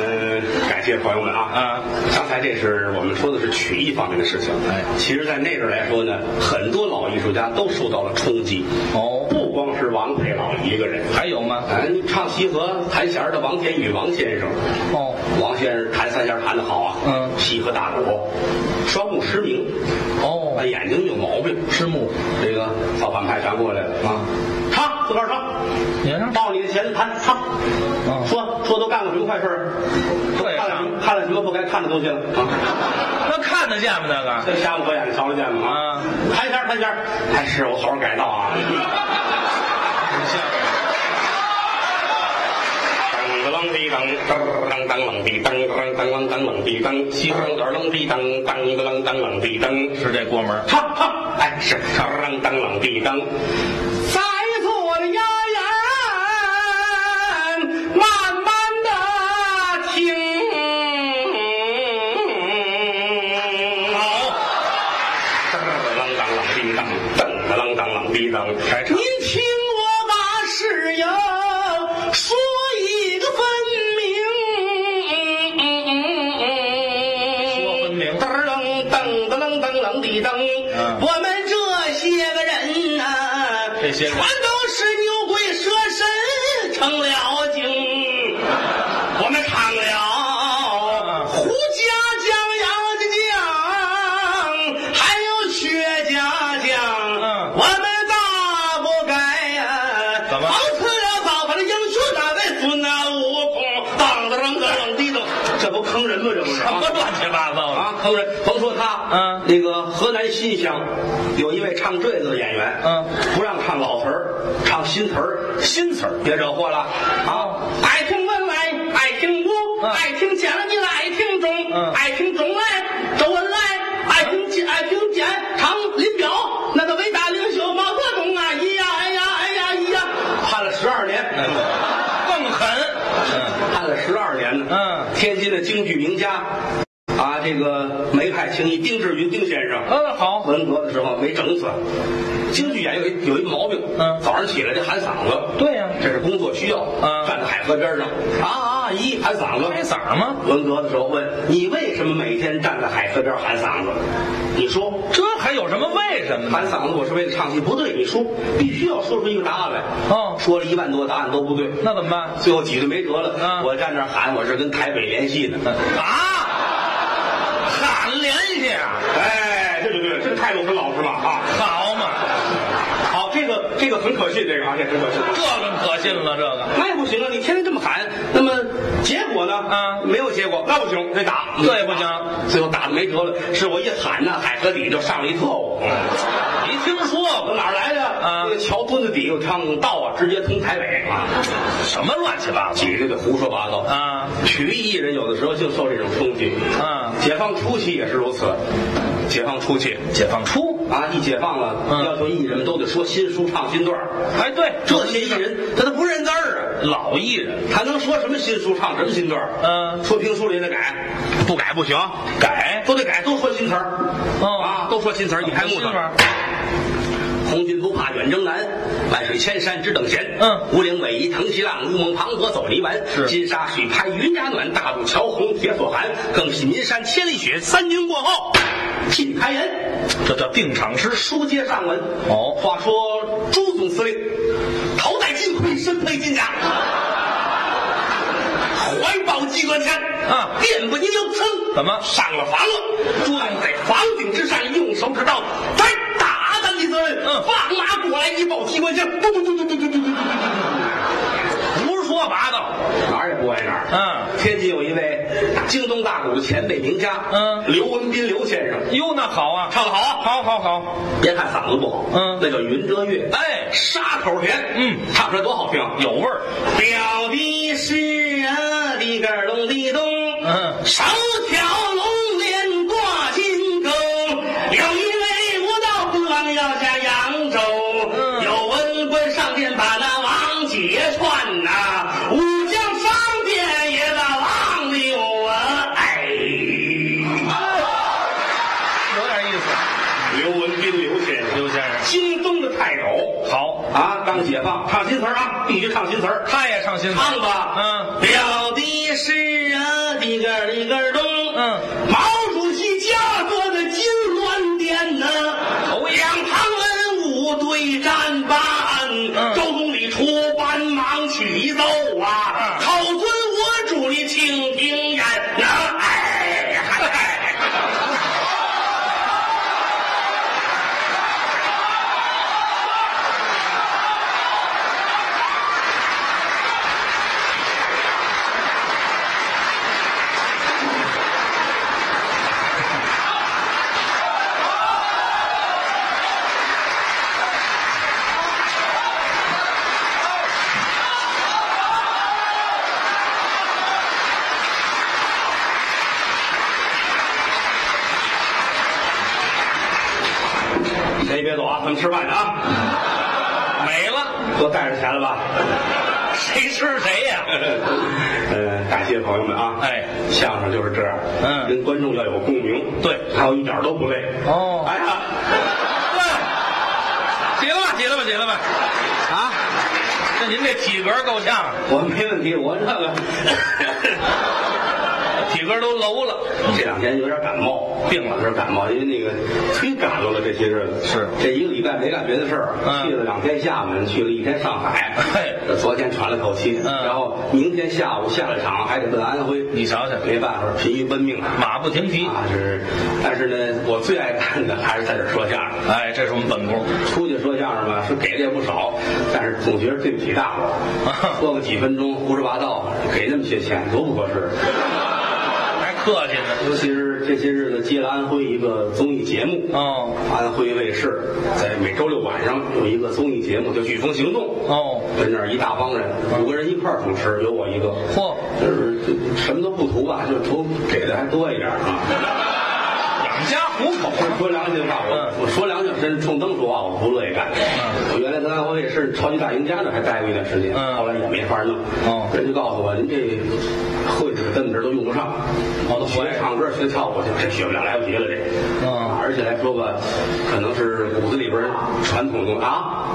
S1: 嗯，感谢朋友们啊！
S2: 啊，
S1: 刚才这是我们说的是曲艺方面的事情。
S2: 哎
S1: 其实，在那阵儿来说呢，很多老艺术家都受到了冲击，
S2: 哦，
S1: 不光是王佩老一个人。
S2: 还有吗？
S1: 哎，你唱西河弹弦儿的王天宇王先生，
S2: 哦，
S1: 王先生弹三弦弹得好啊，
S2: 嗯
S1: 西河大鼓，双目失明，
S2: 哦，
S1: 啊，眼睛有毛病。
S2: 师母，
S1: 这个造反派全过来了啊，唱自个儿唱，
S2: 你看，
S1: 到你的前弹唱，
S2: 嗯
S1: 说说都干过什么坏事儿？
S2: 对啊
S1: 看了什么看了什么不该看的东西了啊？
S2: 那看得见吗？那个
S1: 这瞎子合眼睛瞧得见吗？
S2: 啊，
S1: 弹弦儿弹弦儿，哎，是我好好改造啊。噔楞滴噔，噔噔楞滴噔，噔噔噔楞滴噔，西噔噔楞滴噔，噔噔噔楞滴噔。
S2: 是这锅门儿，
S1: 唱唱，哎，是当当啷地当，在座的丫丫慢慢的听。好，当啷当啷地当，当啷当啷地当。
S2: 开场
S1: 您听我把事由说一个分明。
S2: 说分明
S1: 噔儿楞噔噔楞噔楞地噔，
S2: 嗯
S1: 我们这些个人呐、
S2: 这些个
S1: 全都是牛鬼蛇神成了
S2: (laughs)
S1: 精，我们唱了
S2: 嗯
S1: 胡家将、杨家将，还有薛家将，
S2: 嗯
S1: 我们大不该呀、
S2: 怎么
S1: 防刺了早把这英雄打在孙那悟空，当当当当地当，这不坑人吗？这不是
S2: 什
S1: 啊
S2: 么乱七八糟的？
S1: 啊，坑人！甭说他，
S2: 嗯
S1: 那个河南新乡有一位唱坠子的演员，
S2: 嗯，
S1: 不让唱老词儿，唱新词儿，
S2: 新词儿，
S1: 别惹祸了啊！爱听文来，爱听武，
S2: 嗯
S1: 爱听讲了你来，爱听中，
S2: 嗯
S1: 爱听中来，周恩来，爱听简，爱听简，长林彪，那个伟大领袖毛泽东啊！咿呀哎呀哎呀咿呀，判了十二年。
S2: 嗯更狠。
S1: 判了十二年呢。
S2: 嗯
S1: 天津的京剧名家啊，这个梅派青衣丁志云丁先生，
S2: 嗯，好，
S1: 文革的时候没整死。京剧演员有一有一毛病，
S2: 嗯
S1: 早上起来就喊嗓子，
S2: 对呀
S1: 这是工作需要。
S2: 嗯
S1: 站在海河边上啊啊一喊嗓子，
S2: 开嗓儿吗？
S1: 文革的时候问你为什么每天站在海河边喊嗓子？你说
S2: 这还有什么为什么呢？
S1: 喊嗓子我是为了唱戏，不对，你说必须要说出一个答案来。
S2: 哦
S1: 说了一万多答案都不对，
S2: 那怎么办？
S1: 最后挤得没辙了。
S2: 嗯
S1: 我站那儿喊，我是跟台北联系呢。
S2: 啊，喊联系啊，
S1: 哎，对对对，这个态度很老实嘛啊。
S2: 好嘛，
S1: 好，这个这个很可信，这个啊，这个很可信。
S2: 这个可信了，这个
S1: 那也不行啊！你天天这么喊，那么结果呢？
S2: 啊
S1: 没有结果，那不行，得打，
S2: 这也不行。
S1: 最后打的没辙了，是我一喊呢，海河底就上了一特务。
S2: 没听说
S1: 我
S2: 过，
S1: 哪儿来的？
S2: 啊
S1: 那个桥墩子底有趟道啊，直接通台北啊。
S2: 什么乱七八糟
S1: 几个就胡说八道。
S2: 啊？
S1: 曲艺艺人有的时候就受这种冲击。
S2: 啊
S1: 解放初期也是如此。解放初期
S2: 解放初，
S1: 啊，一解放了，
S2: 嗯
S1: 要求艺人们都得说新书、唱新段儿。
S2: 哎，对，
S1: 这些艺人他都不认字儿啊，
S2: 老艺人，
S1: 他能说什么新书、唱什么新段儿？啊
S2: 嗯
S1: 说评书里得改，不改不行，
S2: 改
S1: 都得改，都说新词儿。
S2: 哦
S1: 啊，都说新词儿，一开幕
S2: 新
S1: 的
S2: 玩意儿。
S1: 红军不怕远征难，万水千山只等闲。
S2: 嗯
S1: 五岭逶迤腾西浪，乌蒙磅礴走泥丸。
S2: 是
S1: 金沙水拍云家暖，大渡桥红铁索寒。更喜岷山千里雪，三军过后，尽开颜。
S2: 这叫定场诗。
S1: 书接上文。
S2: 哦
S1: 话说朱总司令头戴金盔，身披金甲，怀抱
S3: 到鸡哥前，
S2: 啊
S3: 电不一溜噌，
S2: 怎么
S3: 上了房了？朱亮在房顶之上用手指刀，再打他一顿，
S2: 嗯
S3: 放马过来一抱鸡冠枪，咚咚咚咚咚咚咚咚，
S2: 胡说八道。
S3: 哪儿也不挨哪儿。
S2: 嗯，
S3: 天津有一位京东大鼓的前辈名家，
S2: 嗯
S3: 刘文斌刘先生，
S2: 哟，那好啊，
S3: 唱得好啊。
S2: 好好好，
S3: 别看嗓子不好，
S2: 嗯
S3: 那叫云遮月，
S2: 哎
S3: 沙口甜，
S2: 嗯
S3: 唱出来多好听。
S2: 有味儿。
S3: 表的是啊，里个隆的咚，
S2: 嗯
S3: 手挑龙帘挂金钩，有一位无道孤王要下扬州，
S2: 嗯
S3: 有文官上殿把那王解串呐、武将上殿也把王六啊，哎，
S2: 有点意思，
S3: 刘文斌刘先生，
S2: 刘先生
S3: 京东的泰斗
S2: 好，
S3: 啊，刚解放，唱新词儿啊，必须唱新词儿。
S2: 他也唱新词，
S3: 唱吧，
S2: 嗯，
S3: 表的是啊，里个里个咚，
S2: 嗯，
S3: 毛主席家做的金銮殿呐，
S2: 头一
S3: 两旁文武对战八案，
S2: 嗯
S3: 周公李出班忙起奏啊，
S2: 嗯
S3: 好尊我主你请听言呐，哎嗨，谁别走啊，咱们吃饭去啊，
S2: 没了，
S3: 都带着钱
S1: (laughs)
S3: 了吧？
S2: 谁吃谁呀、
S3: 呃，感谢朋友们啊！
S2: 哎
S3: 相声就是这样，
S2: 嗯
S3: 跟观众要有共鸣，
S2: 对
S3: 还有一点都不累。
S2: 哦
S3: 哎呀，嗯
S2: 哎起来吧，起来吧，起来吧！啊，那您这体格够呛，
S3: 我没问题，我这个
S2: 哎体格都楼了。
S3: 这两天有点感冒，
S2: 病了
S3: 有点感冒，因为那个忒感动了这些日子。
S2: 是
S3: 这一个礼拜没干别的事儿，
S2: 嗯
S3: 去了两天厦门，去了一天上海呃
S2: 嘿，
S3: 昨天喘了口气，
S2: 嗯
S3: 然后明天下午下了场，还得奔安徽，
S2: 你瞧瞧，
S3: 没办法，疲于奔命啊。
S2: 马不停蹄。
S3: 啊，是，但是呢，我最爱干的还是在这儿说相声。
S2: 哎，这是我们本宫。
S3: 出去说相声吧，是给的也不少，但是总觉得对不起大伙
S2: 啊
S3: 儿说个几分钟胡说八道，给那么些钱多不合适。
S2: 还客气呢。
S3: 尤其是这些日子接了安徽一个综艺节目，
S2: 哦
S3: 安徽卫视在每周六晚上有一个综艺节目叫《飓风行动》，
S2: 哦，
S3: 跟那儿一大帮人，五个人一块儿主持，有我一个，
S2: 嚯，
S3: 就是就什么都不图吧，就图给的还多一点儿啊。
S2: 养家糊口
S3: 说说良心话，我我说良心，真冲灯说话，我不乐意干。我原来在安徽卫视超级大赢家那还待过一段时间，
S2: 嗯
S3: 后来也没法弄。
S2: 哦
S3: 人家告诉我，您这会这跟这都用不上，
S2: 哦都不爱
S3: 学唱歌学跳舞去，这学不了，来不及了这。
S2: 嗯
S3: 而且来说吧，可能是骨子里边传统的啊，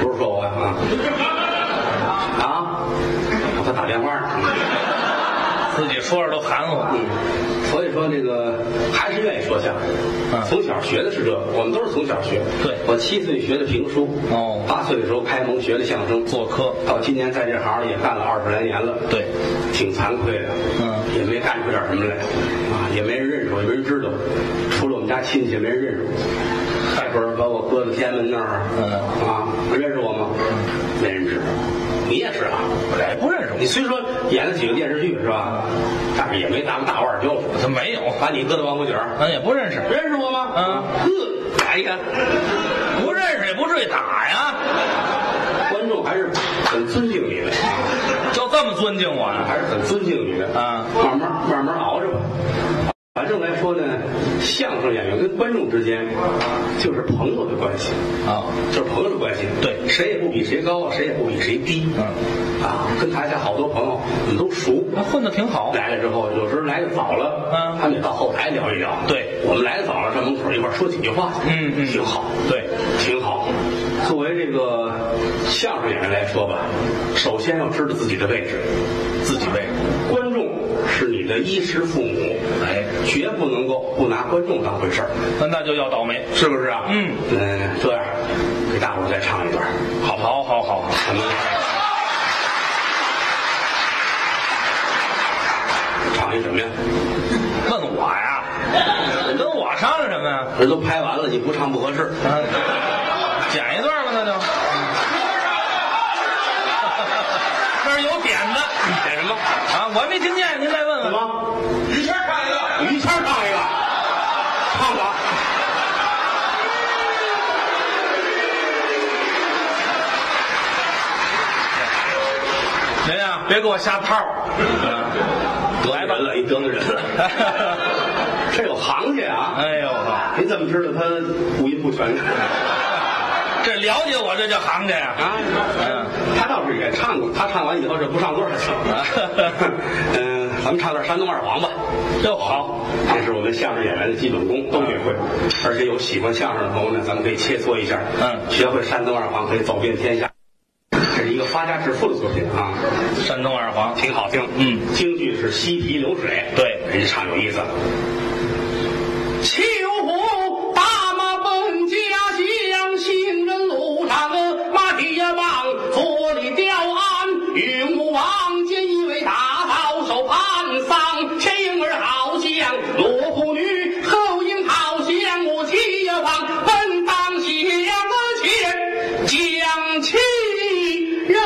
S3: 不是说我呀啊啊，他打电话呢。
S2: 自己说着都含糊。
S3: 嗯，所以说这个还是愿意说相声。
S2: 嗯
S3: 从小学的是这个，我们都是从小学。
S2: 对
S3: 我七岁学的评书，
S2: 哦
S3: 八岁的时候开蒙学的相声，
S2: 做科
S3: 到今年在这行也干了二十来年了。
S2: 对，
S3: 挺惭愧的，
S2: 嗯，
S3: 也没干出点什么来，啊，也没人认识我，也没人知道，除了我们家亲戚，没人认识我。待会儿把我搁到天安门那儿，
S2: 嗯
S3: 啊，认识我吗？没人知道，你也是啊。
S2: 哎，不认识
S3: 你虽说演了几个电视剧是吧，但是也没拿过大腕儿交手。
S2: 我，他没有，
S3: 把你搁到王府井儿，
S2: 啊咱也不认识，
S3: 认识我吗？
S2: 嗯
S3: 呵，哎呀，
S2: 不认识也不至于打呀，
S3: 观众还是很尊敬你的，啊
S2: 就这么尊敬我呢？
S3: 还是很尊敬你的
S2: 啊
S3: 慢慢慢慢熬着吧。反正来说呢，相声演员跟观众之间就是朋友的关系，
S2: 啊，
S3: 就是朋友的关系。
S2: 对
S3: 谁也不比谁高，谁也不比谁低。
S2: 嗯
S3: 啊，跟台下好多朋友，我们都熟。
S2: 那混的挺好。
S3: 来了之后，有时候来的早了，
S2: 嗯
S3: 他们也到后台聊一聊。
S2: 对
S3: 我们来的早了，上门口一块儿说几句话去，
S2: 嗯嗯
S3: 挺好，
S2: 对，
S3: 挺好。作为这个相声演员来说吧，首先要知道自己的位置，
S2: 自己位置。
S3: 观众是你的衣食父母，
S2: 哎，
S3: 绝不能够不拿观众当回事儿，
S2: 那那就要倒霉。
S3: 是不是啊？
S2: 嗯
S3: 嗯，这样给大伙儿再唱一段，好不好？
S2: 好好好，
S3: 咱们。
S1: 想一什么呀？
S2: 问我呀？跟我商量什么呀？
S1: 这都拍完了，你不唱不合适。
S2: 啊剪一段吧，那就。这儿有点子
S1: 点什么？
S2: 啊，我还没听见，您再问
S1: 什
S2: 问。
S1: 么？于谦唱一个，于谦唱一个，唱吧。
S2: 谁呀？别给我瞎套。
S1: 得罪人了，你得罪人
S2: (laughs)
S1: 了。这有行家啊！
S2: 哎呦，
S1: 你怎么知道他五音不全
S2: 这了解我这叫行家呀。
S1: 啊？
S2: 嗯
S1: 他倒是也唱过，他唱完以后这不上座了。 (laughs) 嗯，咱们唱段山东二黄吧。
S2: 哟，好，
S1: 这是我们相声演员的基本功，都得会。而且有喜欢相声的朋友呢，咱们可以切磋一下。
S2: 嗯
S1: 学会山东二黄可以走遍天下。这是一个发家致富的作品啊，
S2: 山东二黄。
S1: 挺好听。
S2: 嗯
S1: 京剧是西皮流水，
S2: 对
S1: 人家唱有意思。七如虎，大马奔家乡，行人路上马蹄呀忙，左里吊鞍，云雾王见一位大高手攀桑，前影儿好像罗布女，后影好像我七呀王，本当响前将其人。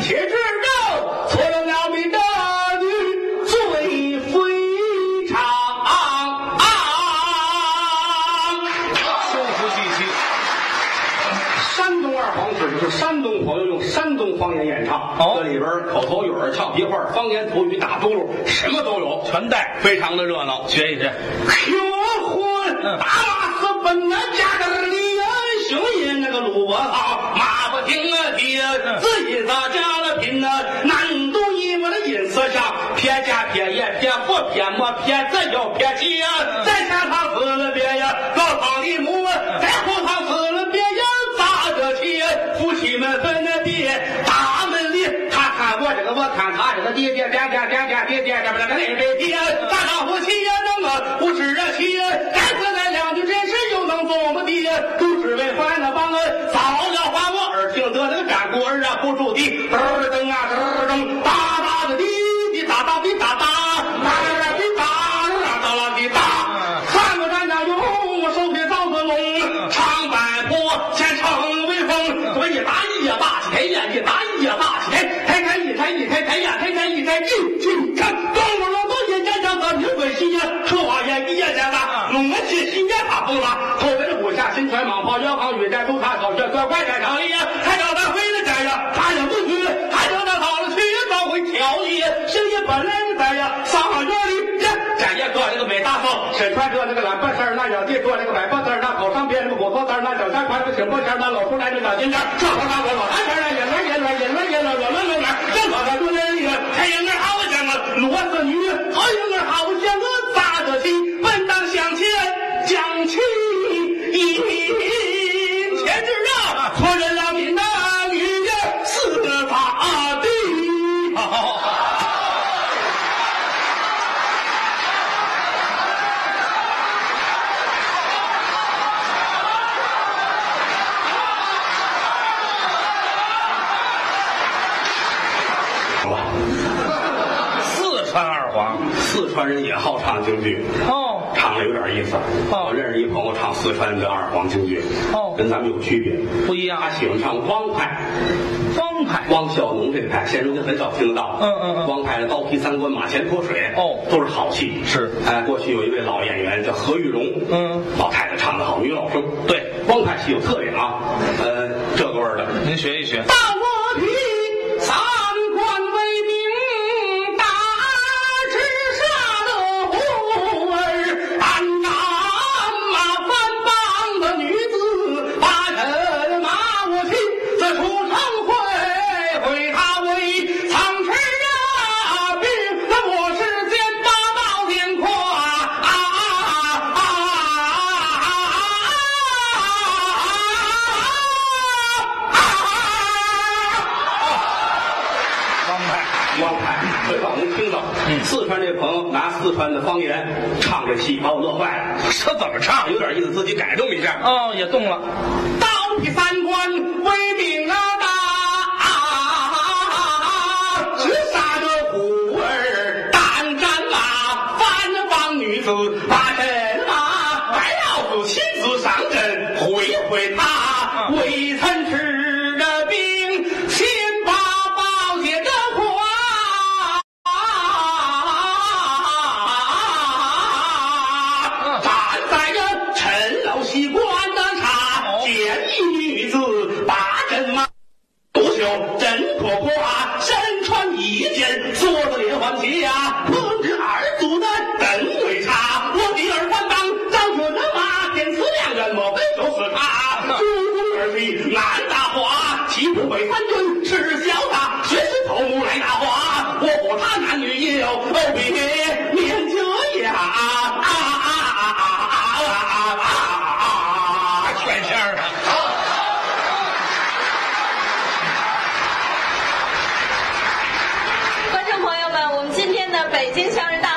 S1: 且知道错了了民的女最非常。
S2: 收服气息。
S1: 山东二黄指的是山东朋友用山东方言演唱，
S2: 哦
S1: 这里边口头语儿、俏皮话儿、方言、土语、打嘟噜，什么都有，
S2: 全带，
S1: 非常的热闹。
S2: 学一学。
S1: 求婚，打马私奔那家的李元雄也那个鲁伯操，马不停啊蹄啊，自己到家了贫呐，难度一我的隐私上，撇家撇业撇不撇么撇这又撇妻呀，在家堂死了别呀，灶堂里母啊，在后堂死了别呀，咋得气呀？夫妻们分了地，打门里，他看我这个，我看他这个，爹爹点点点点爹爹点点点点爹，咱俩夫妻呀，那么不是啊亲，咱哥咱两句真是又能怎么地呀？不是为犯了帮啊，早了花我耳听得那个干锅儿啊，不住地，噔儿噔啊噔儿噔，哒哒的滴滴哒哒滴哒哒，哒哒滴哒哒哒啦滴哒。看不站那勇，我手提造子龙，长坂坡前逞威风，我一打一呀霸气抬眼，一打一呀霸气抬，抬抬一抬一抬抬呀，抬抬一抬进进看，咚咚咚咚也站上咱平滚西呀，说话也一呀呀的，龙门起西呀打风了，后背虎下身拳蟒袍腰行雨战都他搞这乖乖战场里呀，还找他飞了点呀，他也不去，还找他跑了去找回条理，生意本来是咱呀，上好院里这。展爷哥那个美大嫂，沈川哥那个懒半仙儿，那小弟哥那个百八字儿，那口上边那个果子儿，那小三宽那个挺波钱儿，那老出来那小金针儿，这头大我老三钱儿，那眼轮眼轮眼轮眼轮眼轮眼轮，这老三多人一个，太阳儿好像个罗丝女，好像儿好像个扎的鸡，问当想起讲起一前知道，错认了你那女人是咋地？好吧，
S2: 四川二黄。
S1: 四川人也好唱京剧。
S2: 哦，
S1: 唱的有点意思。
S2: 哦
S1: 我认识一朋友唱四川的二黄京剧，
S2: 哦
S1: 跟咱们有区别，
S2: 不一样
S1: 他喜欢唱汪派，
S2: 方派。
S1: 汪孝农这派，现如今很少听得到。
S2: 嗯嗯嗯
S1: 汪派的高皮三关、马前泼水，
S2: 哦
S1: 都是好戏。
S2: 是
S1: 哎，过去有一位老演员叫何玉荣，
S2: 嗯，
S1: 老太太唱的好，女老生。
S2: 对，
S1: 汪派戏有特点啊，呃，这个味儿的。
S2: 您学一学。
S1: 大我皮三官为民，大直下的虎儿，俺拿马翻帮的女子，把人马我去，自出城回，回他为藏吃啊兵，那我是奸八道奸阔啊啊啊
S2: 方派。
S1: 汪派，会让能听到。四川这朋友拿四川的方言唱这戏，把我乐坏了。
S2: 这怎么唱？
S1: 有点意思，自己改动一下。
S2: 哦，也动了。
S1: 刀劈三关，威名啊大。啊啊而立，难大华，齐步北三军是潇洒，学习头目来大华，我火他男女也有二比年轻呀啊啊啊啊啊啊啊啊！
S2: 全仙儿啊！
S4: 观众朋友们，我们今天的北京相声大